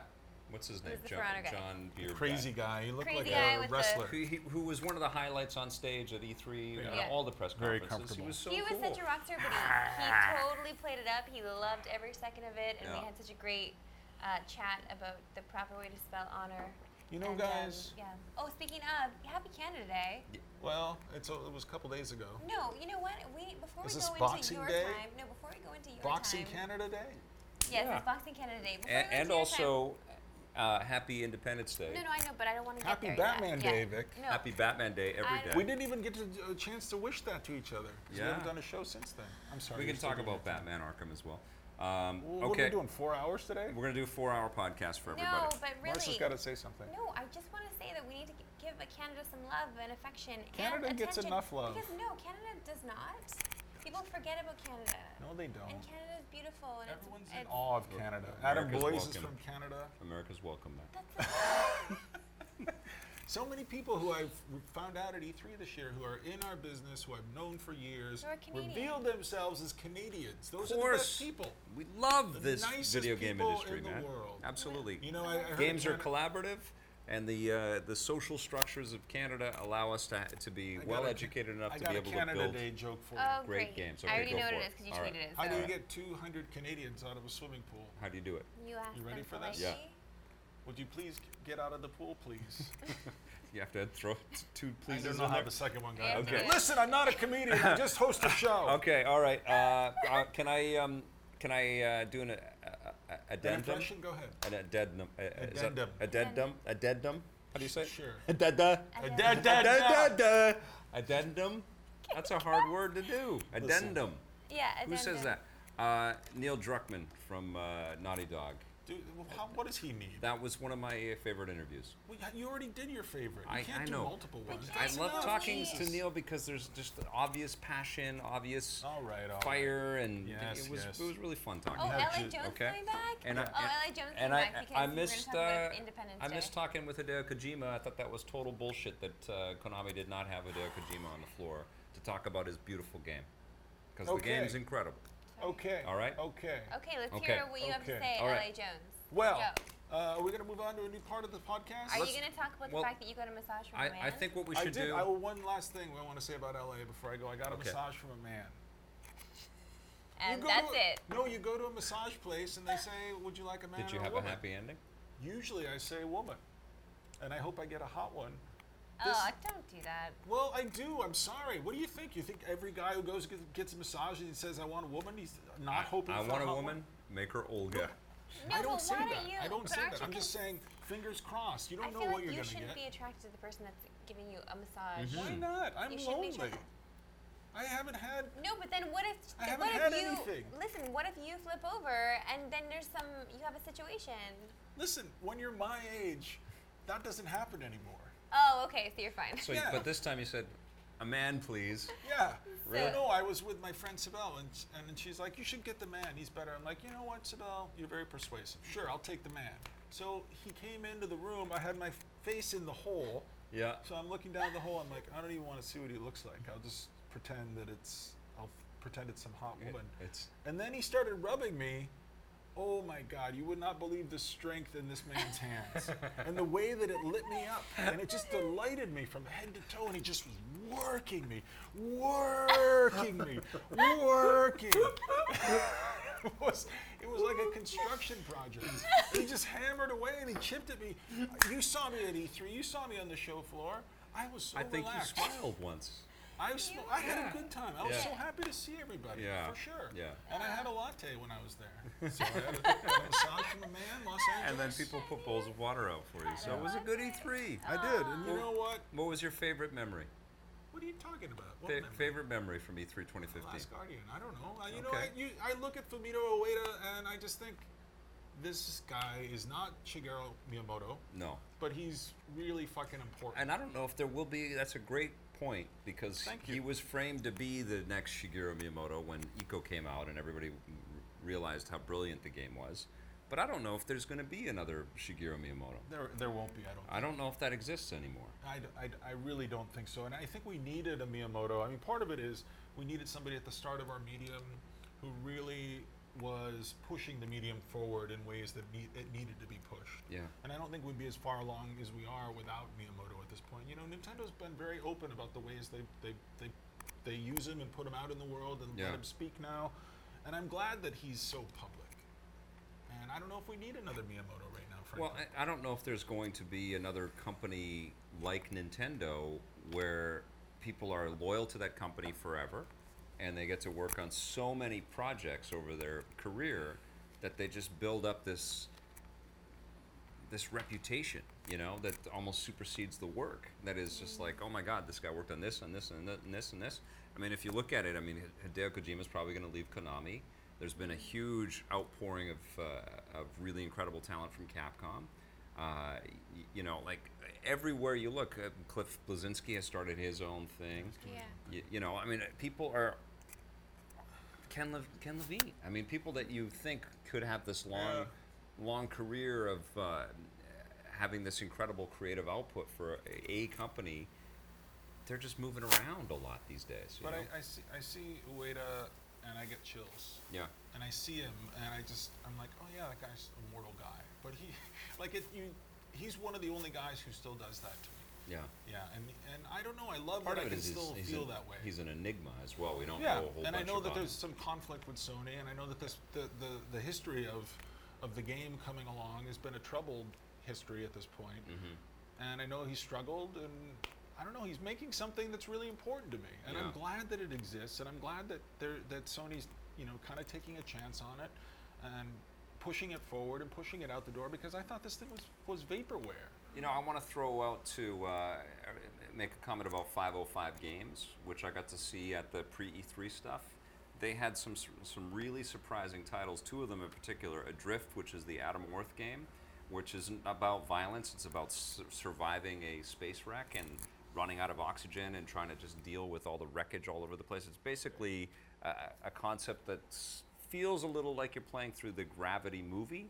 A: What's his name?
B: was the
A: John
B: Ferrara guy.
A: John Beard.
C: The
A: guy.
C: crazy guy. He looked
B: Crazy
C: like
B: guy
C: a
B: with the-
C: wrestler.
A: Who, he, who was one of the highlights on stage at E3 and
B: Yeah.
A: all the press
C: Very
A: conferences.
C: comfortable.
A: He was so
B: he was
A: cool.
B: such a rock star, but he, he totally played it up. He loved every second of it, and
A: Yeah.
B: we had such a great uh, chat about the proper way to spell honor.
C: You know,
B: And, um,
C: guys.
B: yeah. Oh, speaking of, happy Canada Day.
C: Well, it's a, it was a couple days ago.
B: No, you know what? We before
C: Is
B: we
C: this
B: go into
C: Boxing
B: your
C: Day?
B: time. No, before we go into your
C: Boxing
B: time.
C: Canada Day.
B: Yes,
D: Yeah.
B: it's Boxing Canada Day. Before we
A: And,
B: go into
A: and
B: your
A: also, uh, happy Independence Day.
B: time- No, no, I know, but I don't want to
C: Happy
B: get there. yet.
C: Batman
B: Yeah.
C: Day, Vic.
B: No.
A: Happy Batman Day every
B: I
A: day.
B: don't-
C: We didn't even get a, a chance to wish that to each other. 'cause We haven't
A: Yeah.
C: done a show since then. I'm sorry.
A: We
C: you're
A: can
C: still
A: talk
C: doing
A: about
C: your thing.
A: Batman Arkham as well. Um, okay.
C: Well, What are we doing? Four hours today?
A: We're gonna do a four-hour podcast for everybody.
B: No, but
C: Marsha's
B: really.
C: got to say something.
B: No, I just want to say that we need to gi- give uh, Canada some love and affection.
C: Canada
B: and
C: gets
B: attention,
C: enough love.
B: Because no, Canada does not. People forget about Canada.
C: No, they don't.
B: And Canada is beautiful. And
C: Everyone's
B: it's,
C: in
B: it's,
C: awe of Canada.
A: America's
C: Adam Boyce is
A: welcome.
C: from Canada.
A: America's welcome back.
B: That's a-
C: So many people who I've found out at E3 this year who are in our business, who I've known for years,
B: Who are Canadian.
C: revealed themselves as Canadians. Those
A: Of
C: are the best
A: course.
C: people.
A: We love
C: The
A: this
C: nicest
A: video game
C: people
A: industry,
C: in the
A: man.
C: world.
A: Absolutely.
C: You know, I, I heard
A: Games are
C: Canada-
A: collaborative, and the uh, the social structures of Canada allow us to to be
C: I got a-
A: well educated enough
C: I
A: to
C: got
A: be
C: a
A: able
C: Canada
A: to build.
C: Day joke for you.
B: oh,
A: Great
B: great.
A: games.
B: I
A: Okay,
B: already
A: go
B: know what
A: for
B: it
A: it.
B: is because you
A: All right.
B: tweeted it.
C: How do you
B: so
C: get 200 Canadians out of a swimming pool?
A: How do you do it?
B: You asked
C: ready
B: them
C: for this?
A: Yeah.
B: Mikey?
C: Would you please get out of the pool, please?
A: You have to throw t- two
C: I
A: pleases
C: don't
A: in
C: know how
A: there.
C: the second one
B: Yeah,
C: got. in
A: okay.
C: there. Listen, I'm not a comedian. I just host a show.
A: Okay. All right. Uh, uh, can I um, can I uh, do an uh, uh,
C: An
A: addendum?
C: impression? Go ahead.
A: An addendum. uh, uh, is that-
C: Addendum.
A: Addendum. Addendum. How do you say? it?
C: Sure.
A: Addenda.
B: Addendum.
A: Addenda. Addendum. That's a hard word to do. Addendum.
B: Yeah.
A: Who says
B: addendum.
A: that? Uh, Neil Druckmann from uh, Naughty Dog.
C: Dude, well, how, what does he need?
A: That was one of my uh, favorite interviews.
C: Well, yeah, you already did your favorite. You
A: I-
C: can't
A: I
C: do
A: know.
C: multiple ones.
A: I
B: Yes,
A: love
B: no,
A: talking
B: please.
A: to Neil because there's just the obvious passion, obvious
C: All right, all right.
A: fire, and
C: Yes,
A: it was
C: yes.
A: it was really fun talking.
B: Oh,
A: to
C: have
A: him.
B: L.A.
C: ju-
B: Jones
A: okay.
B: coming back?
A: And I-
B: oh, L.A. Jones coming
A: and I,
B: back because
A: I
B: we're
A: missed
B: gonna talk
A: uh,
B: about Independence
A: I
B: Day.
A: missed talking with Hideo Kojima. I thought that was total bullshit that uh, Konami did not have Hideo Kojima on the floor to talk about his beautiful game because the
C: Okay.
A: game's incredible.
C: Okay.
A: All right.
C: Okay.
B: Okay, let's
A: Okay.
B: hear what you have to
C: Okay.
B: say,
A: All
B: L.A.
A: right.
B: Jones.
C: Well,
B: Go.
C: uh, are we going to move on to a new part of the podcast?
B: Are
A: Let's-
B: you going to talk about
A: well,
B: the fact that you got a massage from
A: I,
B: a man?
A: I think what we
C: I
A: should
C: did.
A: do.
C: I, oh, one last thing I want to say about LA before I go. I got a
A: Okay.
C: massage from a man.
B: and
C: You go
B: that's
C: to,
B: it.
C: No, you go to a massage place and they say, "Would you like a man?"
A: did you
C: or
A: have a
C: woman?"
A: happy ending?
C: Usually, I say woman, and I hope I get a hot one.
B: Oh, don't do that.
C: Well, I do. I'm sorry. What do you think? You think every guy who goes gets, gets a massage and he says, "I want a woman," he's not hoping
A: I
C: for
A: want
C: a
A: a
C: hot
A: woman.
C: One?
A: Make her Olga.
B: No,
C: I don't
B: but
C: say
B: why
C: that.
B: don't you?
C: I don't
B: but
C: say
B: aren't
C: that.
B: you
C: I'm just
B: con-
C: saying, fingers crossed. You don't
B: I
C: know
B: feel
C: what
B: like
C: you're
B: you
C: gonna
B: shouldn't
C: get.
B: be attracted to the person that's giving you a massage.
C: Why not? I'm
B: You should be
C: lonely.
B: attracted-
C: I haven't had.
B: No, but then what if?
C: I haven't
B: what if
C: had
B: you
C: anything.
B: listen? What if you flip over and then there's some? You have a situation.
C: Listen, when you're my age, that doesn't happen anymore.
B: Oh, okay. So you're fine.
A: So,
C: Yeah.
A: but this time you said, a man, please.
C: Yeah.
A: Really?
C: No, I was with my friend Sibel, and s- and she's like, "You should get the man. He's better." I'm like, "You know what, Sibel? You're very persuasive. Sure, I'll take the man." So he came into the room. I had my f- face in the hole.
A: Yeah.
C: So I'm looking down the hole. I'm like, I don't even want to see what he looks like. I'll just pretend that it's. I'll f- pretend it's some hot
A: It-
C: woman.
A: it's
C: And then he started rubbing me. Oh my God, you would not believe the strength in this man's hands and the way that it lit me up. And it just delighted me from head to toe. And he just was working me, working me, working. it, was, it was like a construction project. He just hammered away and he chipped at me. You saw me at E3, you saw me on the show floor. I was so
A: I think
C: relaxed.
A: you smiled once.
C: I, was, I had a good time. I was
A: Yeah.
C: so happy to see everybody,
A: Yeah.
C: for sure.
A: Yeah.
C: And I had a latte when I was there. So I had a, a massage from a man, Los Angeles.
A: And then people put bowls of water out for you. So it was a good E3.
C: I did. And you
A: Aw.
C: know what?
A: What was your favorite memory?
C: What are you talking about? What
A: Fa-
C: memory?
A: favorite memory from E3 2015.
C: Last Guardian. I don't know. I, you know, I,
A: Okay.
C: you, I look at Fumito Ueda and I just think this guy is not Shigeru Miyamoto,
A: No.
C: but he's really fucking important.
A: And I don't know if there will be. That's a great point because
C: Thank
A: he
C: you.
A: was framed to be the next Shigeru Miyamoto when Eco came out and everybody r- realized how brilliant the game was. But I don't know if there's going to be another Shigeru Miyamoto.
C: there, there won't be. I don't.
A: I don't know if that exists anymore.
C: I, d- I d- I really don't think so. And I think we needed a Miyamoto. I mean, part of it is we needed somebody at the start of our medium who really was pushing the medium forward in ways that need, it needed to be pushed.
A: Yeah.
C: And I don't think we'd be as far along as we are without Miyamoto at this point. You know, Nintendo's been very open about the ways they they they, they use him and put him out in the world and
A: Yeah.
C: let him speak now. And I'm glad that he's so public. And I don't know know if we need another Miyamoto right now, frankly.
A: Well, I, I don't know if there's going to be another company like Nintendo where people are loyal to that company forever and they get to work on so many projects over their career that they just build up this this reputation, you know, that almost supersedes the work. That is just like, oh my God, this guy worked on this and this and th- and this and this. I mean, if you look at it, I mean, H- Hideo Kojima is probably going to leave Konami. There's been a huge outpouring of, uh, of really incredible talent from Capcom. Uh, y- you know, like everywhere you look, uh, Cliff Blazinski has started his own thing.
B: Yeah.
A: You, you know, I mean, uh, people are Ken, Lev- Ken Levine. I mean, people that you think could have this long,
C: Yeah.
A: long career of uh, having this incredible creative output for a, a company, they're just moving around a lot these days. you
C: but
A: know?
C: I, I see, I see Ueda, and I get chills.
A: yeah,
C: and I see him, and I just I'm like, oh yeah, that guy's a mortal guy. But he, like it, you, he's one of the only guys who still does that to me.
A: yeah.
C: Yeah, and and I don't know. I love
A: Part
C: that
A: of
C: I
A: it
C: can
A: is he's-
C: still
A: he's
C: feel
A: an,
C: that way.
A: He's an enigma as well. We don't
C: yeah,
A: know a whole
C: and
A: bunch
C: I know that
A: about
C: there's
A: him.
C: some conflict with Sony, and I know that this the the, the history of of the game coming along has been a troubled history at this point.
A: Mm-hmm.
C: And I know he struggled, and I don't know. He's making something that's really important to me, and I'm
A: Yeah.
C: glad that it exists, and I'm glad that there that Sony's you know kind of taking a chance on it, and pushing it forward and pushing it out the door because I thought this thing was was vaporware.
A: You know, I want to throw out to uh, make a comment about 505 Games, which I got to see at the pre E3 stuff. They had some s- some really surprising titles. Two of them in particular, Adrift, which is the Adam Worth game, which isn't about violence. It's about su- surviving a space wreck and running out of oxygen and trying to just deal with all the wreckage all over the place. It's basically uh, a concept that feels a little like you're playing through the Gravity movie,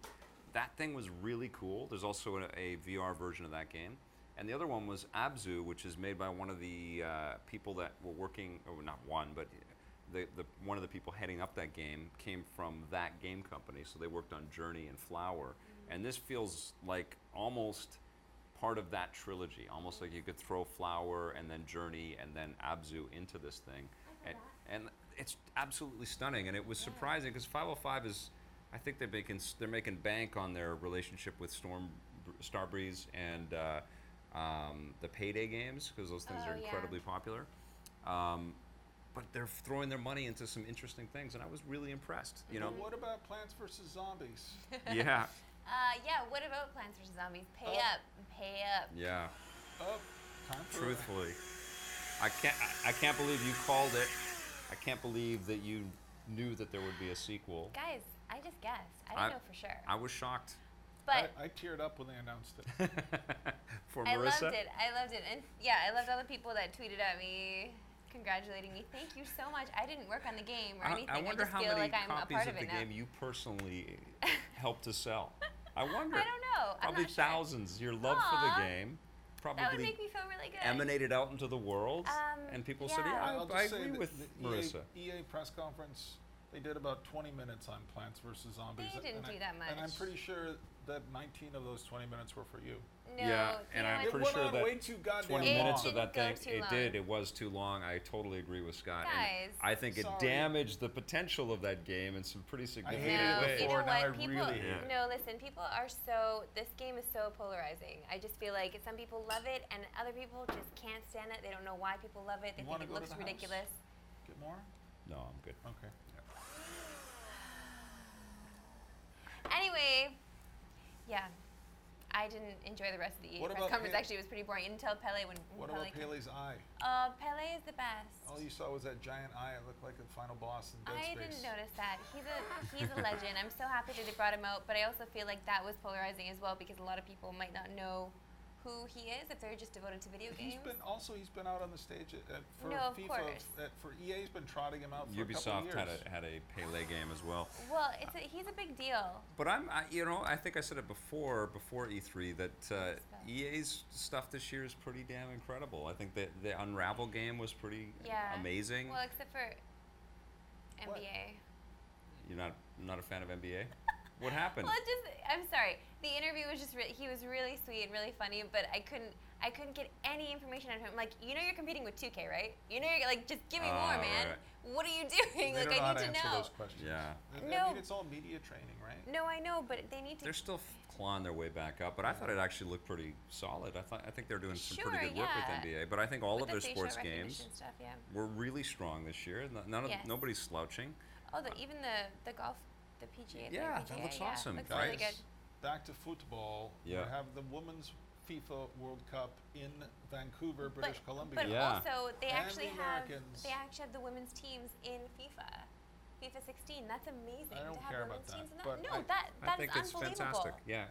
A: that thing was really cool. There's also a, a VR version of that game. And the other one was Abzu, which is made by one of the uh, people that were working, or not one, but the, the, one of the people heading up that game came from that game company. So they worked on Journey and Flower. And this feels like almost part of that trilogy, almost like you could throw Flower and then Journey and then Abzu into this thing. And, and it's absolutely stunning. And it was surprising because 505 is, I think they're making s- they're making bank on their relationship with Storm Starbreeze and uh, um, the Payday games because those things are
B: Oh, yeah.
A: incredibly popular. Um, but they're throwing their money into some interesting things, and I was really impressed. You know,
C: But what about Plants vs Zombies?
A: yeah,
B: Uh, yeah. What about Plants vs Zombies? Pay
C: Oh.
B: up. Pay up.
A: yeah.
C: oh, time for
A: Truthfully, I can't. I, I can't believe you called it. I can't believe that you knew that there would be a sequel.
B: Guys, I just guessed. I
A: I-
B: didn't know for sure.
A: I was shocked
B: but
C: I, I teared up when they announced it.
A: for
B: I
A: Marissa.
B: loved it. I loved it. And yeah, I loved all the people that tweeted at me congratulating me. Thank you so much. I didn't work on the game or
A: I-
B: anything.
A: I wonder
B: just
A: how
B: feel
A: many
B: like I'm a
A: copies
B: part
A: of
B: it
A: the
B: now.
A: game you personally helped to sell. I wonder.
B: I don't know. I'm
A: Probably
B: not sure.
A: thousands. Your love for
B: Aw.
A: the game
B: That would
A: probably
B: make me feel really good.
A: emanated out into the world,
B: Um,
A: and people said,
B: yeah.
A: "Yeah,
C: I'll
A: I, I
C: just say
A: agree
C: that
A: with
C: the
A: Marissa."
C: EA, EA E press conference, they did about 20 minutes on Plants vs Zombies.
B: They didn't
C: and
B: do
C: I,
B: that
C: And I'm
B: much.
C: pretty sure that 19 of those 20 minutes were for you.
B: No,
A: Yeah,
B: you
A: and
B: know
A: I'm pretty
B: what?
C: it went
A: sure
C: on
A: that
C: way too goddamn
A: 20
B: It
A: minutes
C: long.
A: of that thing.
B: didn't go too
A: It did.
B: long.
A: It was too long. I totally agree with Scott.
B: Guys.
A: and I think it
C: Sorry.
A: damaged the potential of that game in some pretty
C: I
A: significant
C: hated
B: no,
C: it
A: ways.
B: you
C: before,
B: know
C: now I
B: what? People,
C: really hate
A: it.
B: no, listen. People are so. This game is so polarizing. I just feel like some people love it, and other people just can't stand it. They don't know why people love it. They
C: You
B: think
C: wanna
B: it
C: go to
B: looks
C: the house?
B: ridiculous.
C: Get more?
A: No, I'm good.
C: Okay.
B: Anyway, yeah, I didn't enjoy the rest of the
C: What
B: press
C: about
B: conference.
C: Pele?
B: Actually, it was pretty boring until Pele. When
C: What
B: Pele
C: about
B: came-
C: Pele's eye?
B: Oh, Pele is the best.
C: All you saw was that giant eye. It looked like a final boss in Dead
B: I
C: Space.
B: didn't notice that. He's a he's a legend. I'm so happy that they brought him out, but I also feel like that was polarizing as well because a lot of people might not know who he is if they're just devoted to video
C: He's
B: games.
C: been also he's been out on the stage at, at for
B: No, of
C: FIFA
B: course.
C: At, for EA's been trotting him out for a couple of
A: Ubisoft
C: years.
A: had a, had a Pele game as well.
B: Well, it's a, he's a big deal.
A: But I'm, I, you know, I think I said it before, before E3, that uh, EA's stuff this year is pretty damn incredible. I think that the Unravel game was pretty
B: Yeah.
A: amazing.
B: Well, except for NBA.
C: Hmm. What?
A: You're not not a fan of NBA? What happened?
B: Well, it just I'm sorry. The interview was just re- he was really sweet and really funny, but I couldn't. I couldn't get any information out of him. I'm like, you know, you're competing with 2K, right? You know, you're like, just give me more,
A: Oh,
B: man.
A: right.
B: What are you doing? like, I need to know.
C: questions.
A: Yeah.
C: I, I
B: No.
C: mean, it's all media training, right?
B: No, I know, but they need to.
A: They're still f- clawing their way back up, but I thought it actually looked pretty solid. I thought I think they're doing some pretty
B: Sure,
A: good work
B: yeah.
A: with NBA. But I think all
B: with
A: of their
B: the facial
A: sports
B: recognition
A: games
B: Stuff, yeah.
A: were really strong this year. N- None of
B: Yes.
A: nobody's slouching.
B: Oh, the, even the, the golf, the PGA. the
A: Uh, Yeah, that
B: PGA,
A: looks
B: yeah.
A: awesome,
B: Looks
A: right?
B: really good.
C: Back to football.
A: Yeah.
C: We have the women's FIFA World Cup in Vancouver, British
B: but,
C: Columbia.
B: But
A: Yeah.
B: also, they
C: And the
B: actually have
C: Americans.
B: they actually have the women's teams in FIFA, FIFA 16. That's amazing
C: I don't
B: to have
C: care
B: women's
C: about
B: teams in
C: that,
B: that.
C: but
B: no,
C: I-
B: that
A: I
B: that's
A: think it's
B: unbelievable.
A: fantastic. Yeah.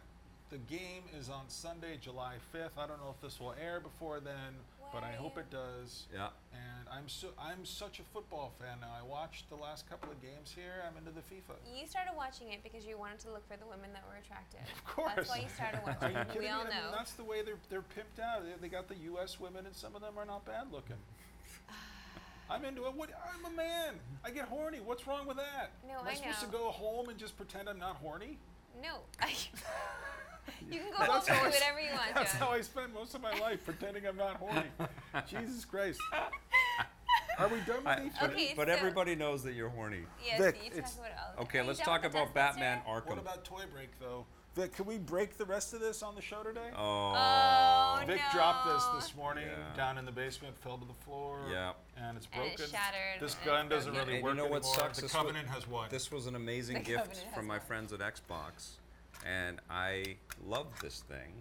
C: The game is on Sunday, July 5th. I don't know if this will air before then, but I
B: Way.
C: hope it does.
A: Yeah.
C: And I'm so I'm such a football fan now. I watched the last couple of games here. I'm into the FIFA.
B: You started watching it because you wanted to look for the women that were attractive. Of
C: course.
B: That's why you started
C: Are
B: watching.
C: you kidding
B: we
C: me?
B: all
C: I mean,
B: know.
C: that's the way they're they're pimped out. They, they got the U.S. women, and some of them are not bad looking. I'm into it. What? I'm a man. I get horny. What's wrong with that?
B: No,
C: Am
B: I
C: I supposed to
B: know.
C: go home and just pretend I'm not horny?
B: No. you can go home and do whatever you want.
C: That's
B: John.
C: how I spend most of my life pretending I'm not horny. Jesus Christ. Are we done with
A: I-
C: each
A: but
C: other?
B: Okay,
A: but
B: so-
A: everybody knows that you're horny.
B: yes,
C: Vic,
B: you
C: it's-
B: talk about all.
A: Okay,
B: Are you
A: let's
B: done
A: talk
B: with the
A: about
B: Taskmaster?
A: Batman Arkham.
C: What about Toy Break, though? Vic, can we break the rest of this on the show today?
A: oh.
B: Oh,
C: Vic dropped this
B: no.
C: this morning
A: Yeah.
C: down in the basement, fell to the floor.
A: Yeah.
C: And it's
B: And
C: broken.
B: it shattered,
C: This
B: and it's
C: gun doesn't
B: broken.
C: really
A: And
C: work
A: you know what
C: anymore.
A: sucks?
C: The
A: This wa-
C: Covenant has what?
A: This was an amazing
B: The
A: gift
B: Covenant
A: from
B: has
A: my
B: one.
A: friends at Xbox, and I loved this thing.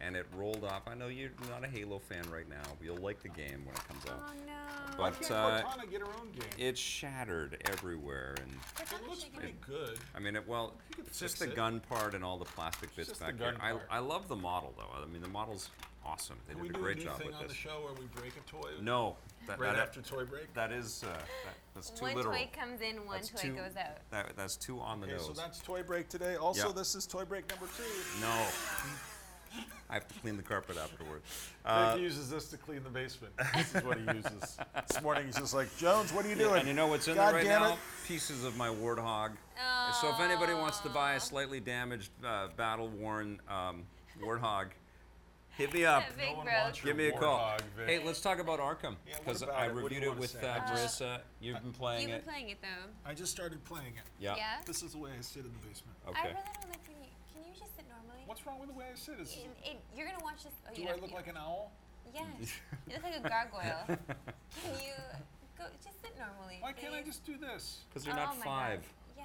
A: And it rolled off. I know you're not a Halo fan right now. but You'll like the game when it comes
B: Oh
A: out.
B: no.
C: Why
A: But,
C: can't
A: uh,
C: Cortana get her own game?
A: It shattered everywhere, and
B: But
C: It looks
B: Taskmaster can-
C: pretty good.
A: I mean, it, well,
C: You could
A: it's just the
C: fix it.
A: gun part and all the plastic bits
C: just the
A: back
C: gun
A: there. I,
C: part.
A: I love the model though. I mean, the model's awesome. They
C: Can
A: did
C: we
A: a
C: do
A: great
C: anything
A: job with
C: on
A: this.
C: the show where we break a toy?
A: No, that,
C: Right
A: that-
C: after Toy Break?
A: that is uh, that, that's too
B: one
A: literal.
B: toy comes in, one
A: that's
B: toy
A: too,
B: goes out.
A: That, that's too on the
C: Okay,
A: nose.
C: so that's Toy Break today. Also,
A: Yeah.
C: this is Toy Break number two.
A: no. I have to clean the carpet afterwards. Uh,
C: Rick uses this to clean the basement. This is what he uses. this morning he's just like, Jones, what are you doing?
A: And you know what's in
C: God
A: there right
C: damn
A: now?
C: It.
A: Pieces of my warthog. So if anybody wants to buy a slightly damaged, uh, battle-worn um, warthog, hit me up.
B: Vic
C: one
B: broke.
C: wants your
A: Give me a call.
C: warthog, Vic.
A: Hey, let's talk about Arkham
C: Yeah, what
A: because
C: about
A: I
C: it? What do
A: reviewed
C: you
A: it
C: wanna
A: with
C: say?
A: uh,
C: Uh,
A: Marissa. You've been playing
B: You've been
A: it. Uh,
B: playing it though.
C: I just started playing it.
A: yeah.
B: Yeah.
C: This is the way I sit in the basement.
A: Okay.
B: I really don't like when you. Can you just sit normally?
C: What's wrong with the way I sit? Is,
B: In, in, you're gonna watch this. Oh,
C: do
B: you
C: I
B: don't-
C: look
B: you-
C: like an owl?
B: Yes. you look like a gargoyle. Can you go? Just sit normally.
C: Why can't I
B: please?
C: just do this?
A: Because you're not
B: oh my God.
A: five.
B: Yeah.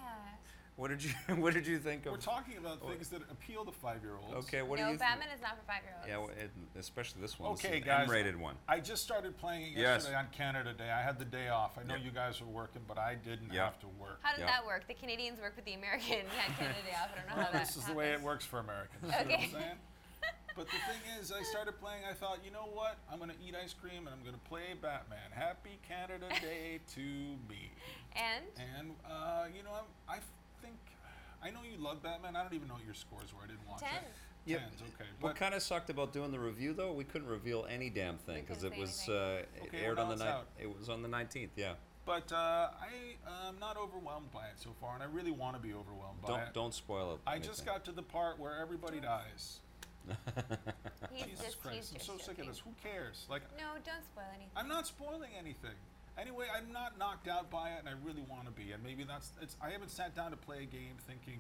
A: What did you What did you think of?
C: We're talking about things that appeal to five-year-olds.
A: Oh. okay. What do
B: no,
A: you?
B: Batman is not for five-year-olds.
A: Think? Yeah, well, it, especially this one. This is
C: Okay,
A: an
C: guys.
A: M-rated one.
C: I just started playing it
A: Yes.
C: yesterday on Canada Day. I had the day off. I know
A: Yeah.
C: you guys were working, but I didn't
A: Yeah.
C: have to work.
B: How did
A: Yeah.
B: that work? The Canadians work with the American. Yeah, Canada Day off. I don't know how that.
C: this is the way it
B: happened.
C: works for Americans. You know what I'm
B: Okay.
C: saying? But the thing is, I started playing. I thought, you know what? I'm going to eat ice cream and I'm going to play Batman. Happy Canada Day to me.
B: And
C: And uh, you know, I'm, I f- think I know you love Batman. I don't even know what your scores were. I didn't watch
B: Ten.
C: it.
A: Yep.
C: Tens, okay.
A: What
C: But
A: kind of sucked about doing the review though? We couldn't reveal any damn thing because
B: couldn't
A: it
B: say
A: was
B: anything.
A: uh, it
C: Okay,
A: aired
C: well,
A: on the
C: now
A: night.
C: it's
A: It was on the 19th. Yeah.
C: but uh, I am not overwhelmed by it so far, and I really want to be overwhelmed by
A: Don't
C: it.
A: Don't spoil it.
C: I just got to the part where everybody dies.
B: he's
C: Jesus
B: just.
C: Christ!
B: he's
C: I'm
B: just
C: so sick of
B: joking.
C: this. Who cares? Like,
B: No, don't spoil anything.
C: I'm not spoiling anything. Anyway, I'm not knocked out by it, and I really want to be. And maybe that's it's. I haven't sat down to play a game thinking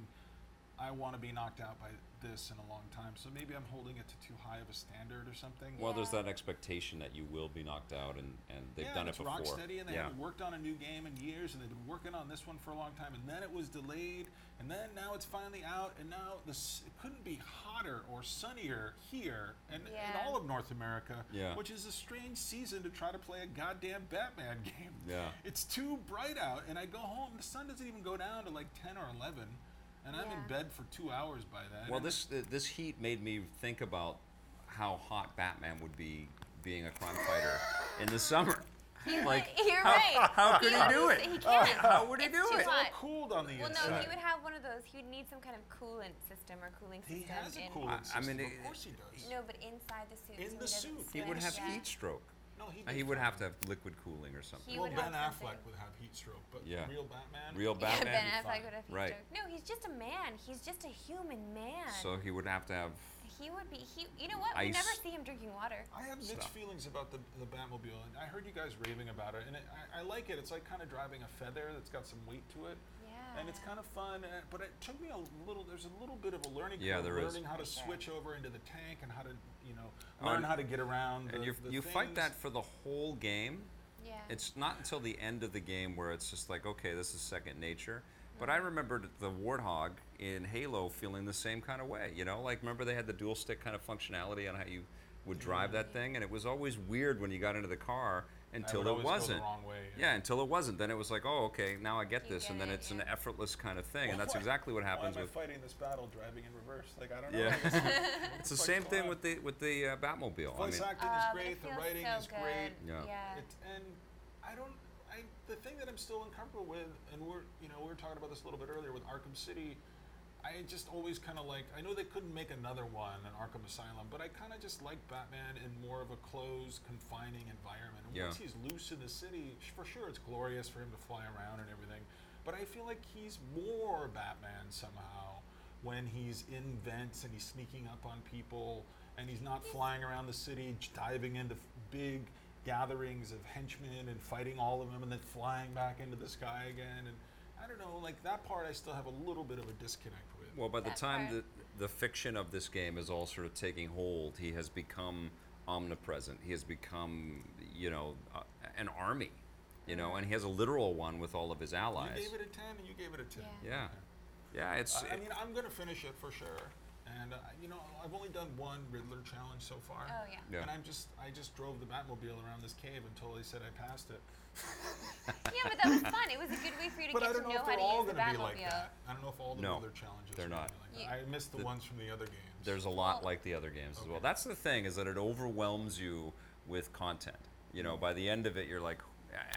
C: I want to be knocked out by this in a long time. So maybe I'm holding it to too high of a standard or something.
A: Well, there's
B: Yeah.
A: that expectation that you will be knocked out, and, and they've
C: yeah,
A: done
C: and
A: it
C: it's
A: before.
C: Rocksteady, and they
A: yeah.
C: haven't worked on a new game in years, and they've been working on this one for a long time, and then it was delayed, and then now it's finally out, and now this it couldn't be hotter or sunnier here and
B: Yeah.
C: in all of North America,
A: Yeah.
C: which is a strange season to try to play a goddamn Batman game.
A: Yeah.
C: it's too bright out, and I go home, the sun doesn't even go down to like ten or eleven, and I'm in
B: Yeah.
C: bed for two hours by then.
A: Well,
C: and
A: this uh, this heat made me think about how hot Batman would be being a crime fighter in the summer. Like,
B: You're right.
A: how could he do it? Oh,
B: He can't.
A: How would he
B: It's
A: do
B: too
A: it?
C: it's all
B: hot.
C: cooled on the
B: Well,
C: inside.
B: no, he would have one of those. He would need some kind of coolant system or cooling system.
C: He has a
B: in,
C: coolant
A: I- I
C: system.
A: mean,
C: of
A: it-
C: course he does.
B: No, but inside the suit. so
C: In the
B: he doesn't
C: suit.
A: He would
B: sweat.
A: have
B: Yeah.
A: heat stroke.
C: No, he.
A: Uh,
C: Did
A: He would
C: fine.
A: have to have liquid cooling or something.
B: He
C: well,
B: would
C: Ben
B: have
C: Affleck
B: something.
C: would have heat stroke, but
A: Yeah.
C: real Batman.
A: Real Batman.
B: ben
C: would be
B: Affleck
C: fine.
B: would have heat
A: Right.
B: stroke. No, he's just a man. He's just a human man.
A: So he would have to have.
B: he would be. He. You know what? We never
A: Ice.
B: see him drinking water.
C: I have mixed
A: Stop.
C: feelings about the, the Batmobile, and I heard you guys raving about it, and it, I, I like it. It's like kind of driving a feather that's got some weight to it,
B: Yeah.
C: and it's kind of fun. And, but it took me a little. There's a little bit of a learning
A: Yeah,
C: curve,
A: there is.
C: learning how to switch over into the tank and how to, you know,
A: Oh,
C: learn
A: and-
C: how to get around.
A: And
C: the-
A: you,
C: the
A: you fight that
C: things.
A: for the whole game.
B: Yeah.
A: It's not until the end of the game where it's just like, okay, this is second nature. But I
C: Mm-hmm.
A: remembered the Warthog in Halo feeling the same kind of way. You know, like remember they had the dual stick kind of functionality on how you would
C: Mm-hmm.
A: drive that thing, and it was always weird when you got into the car until
C: would
A: it
C: always go the
A: wasn't.
C: wrong way, yeah.
A: yeah. until it wasn't. Then it was like, oh, okay, now I get
B: You
A: this, and
B: get
A: then
B: it,
A: it's an
B: yeah.
A: effortless kind of thing, and that's
C: Why-
A: exactly what happens
C: Why am
A: with.
C: I fighting this battle driving in reverse? Like I don't know.
A: Yeah.
C: I guess
A: It's the
C: Fuck
A: same thing
C: God.
A: with the with the uh, Batmobile. I
C: voice
A: mean,
C: acting
B: Uh,
C: is
B: but
C: great.
B: it
C: The
B: feels
C: writing
B: so
C: is
B: good.
C: great.
A: Yeah.
B: Yeah.
C: It, and I don't. I the thing that I'm still uncomfortable with, and we're you know we were talking about this a little bit earlier with Arkham City. I just always kind of like. I know they couldn't make another one, an Arkham Asylum, but I kind of just like Batman in more of a closed, confining environment. And
A: Yeah.
C: Once he's loose in the city, sh- for sure it's glorious for him to fly around and everything. But I feel like he's more Batman somehow when he's in vents and he's sneaking up on people and he's not flying around the city, j- diving into f- big gatherings of henchmen and fighting all of them and then flying back into the sky again. And I don't know, like that part I still have a little bit of a disconnect with.
A: Well, by the
B: That
A: time the,
B: part.
A: the fiction of this game is all sort of taking hold, he has become omnipresent. He has become, you know, uh, an army, you know,
B: Mm.
A: and he has a literal one with all of his
C: you
A: allies.
C: gave it a 10 and you gave it a 10.
B: Yeah.
A: yeah. Yeah, it's.
C: I I mean, I'm gonna finish it for sure. And uh, you know, I've only done one Riddler challenge so far.
B: Oh, yeah.
A: Yeah.
C: And I'm just, I just drove the Batmobile around this cave until they said I passed it.
B: yeah, but that was fun. It was a good way for you to
C: But
B: get
C: I don't
B: to
C: know
B: know,
C: if
B: how
C: they're
B: to
C: all
B: use the
C: gonna
B: Batmobile.
C: be like that. I don't know if all the
A: No,
C: Riddler challenges.
A: they're
C: are
A: not.
C: Gonna be
B: You-
C: like that. I missed the, ones from the other games.
A: there's a lot
B: Well-
A: like the other games as well.
C: Okay.
A: That's the thing is that it overwhelms you with content. You know, by the end of it, you're like,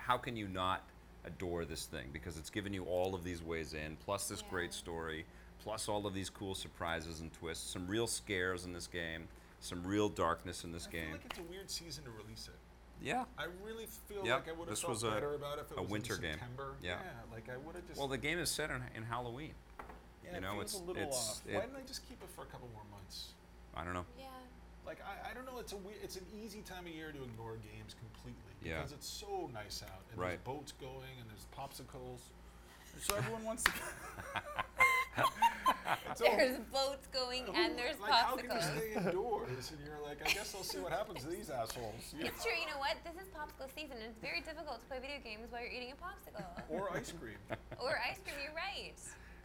A: how can you not adore this thing? Because it's given you all of these ways in, plus this great
B: Yeah.
A: story, plus all of these cool surprises and twists, some real scares in this game, some real darkness in this
C: I feel
A: game.
C: like it's a weird season to release it.
A: yeah.
C: I really feel
A: Yep,
C: like I would have
A: this
C: felt
A: was a-
C: better about it if it
A: a
C: was
A: winter
C: in
A: game.
C: September.
A: Yeah.
C: like I would have just.
A: Well, the game is set in, in Halloween.
C: yeah,
A: you know,
C: it feels
A: it's-
C: a little
A: it's-
C: off.
A: it-
C: Why didn't I just keep it for a couple more months?
A: I don't know.
B: Yeah.
C: Like I, I don't know, it's a weird, it's an easy time of year to ignore games completely
A: Yeah.
C: because it's so nice out and there's
A: Right.
C: boats going and there's popsicles, so everyone wants to. It's all-
B: There's boats going and there's
C: like, How can you
B: popsicles.
C: stay indoors? And you're like, I guess I'll see what happens to these assholes. Yeah.
B: It's true. You know what? This is popsicle season, and it's very difficult to play video games while you're eating a popsicle
C: Or ice cream.
B: or ice cream. You're right.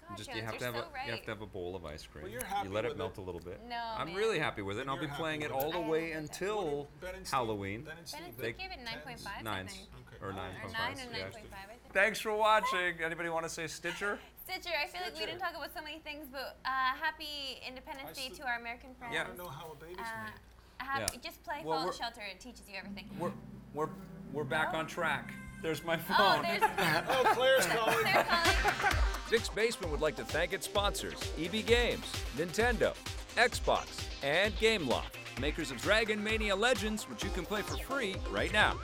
B: God,
A: Just
B: Jones,
A: you have
B: are
A: to have
B: so
A: a
B: right.
A: you have to have a bowl of ice cream.
C: you're happy
A: you let
C: with
A: it
C: it.
A: melt a little bit.
B: No,
A: I'm
B: man.
A: really happy with it, and I'll
C: You're
A: be
C: happy
A: playing it
C: with
A: all
B: it.
A: the
B: I am
A: way
B: with it.
A: until
C: Ben and Steve-
A: Halloween.
C: Ben and Steve,
B: Ben and
A: They-
B: Steve gave it 9.5.
A: Nines
B: I think.
C: Okay.
A: or
C: Or
A: nine
B: Or
A: point
B: 9
A: five.
B: or 9.5,
A: yeah.
B: I think.
A: Thanks for watching. Anybody want to say Stitcher?
B: Stitcher, I feel like we didn't
C: Stitcher.
B: talk about so many things, but uh, happy
C: I
B: Independence Day
C: sli-
B: to our American friends.
A: Yeah.
C: I don't know how a baby's
B: Uh,
C: made.
B: happy,
A: Yeah.
B: Just play
A: Well,
B: Fall
A: we're-
B: Shelter, it teaches you everything.
A: We're we're we're back on track. There's my
B: oh,
A: phone.
B: there's
C: Oh, Claire's calling.
B: Claire calling.
E: Dick's Basement would like to thank its sponsors EB Games, Nintendo, Xbox, and GameLoft, makers of Dragon Mania Legends, which you can play for free right now.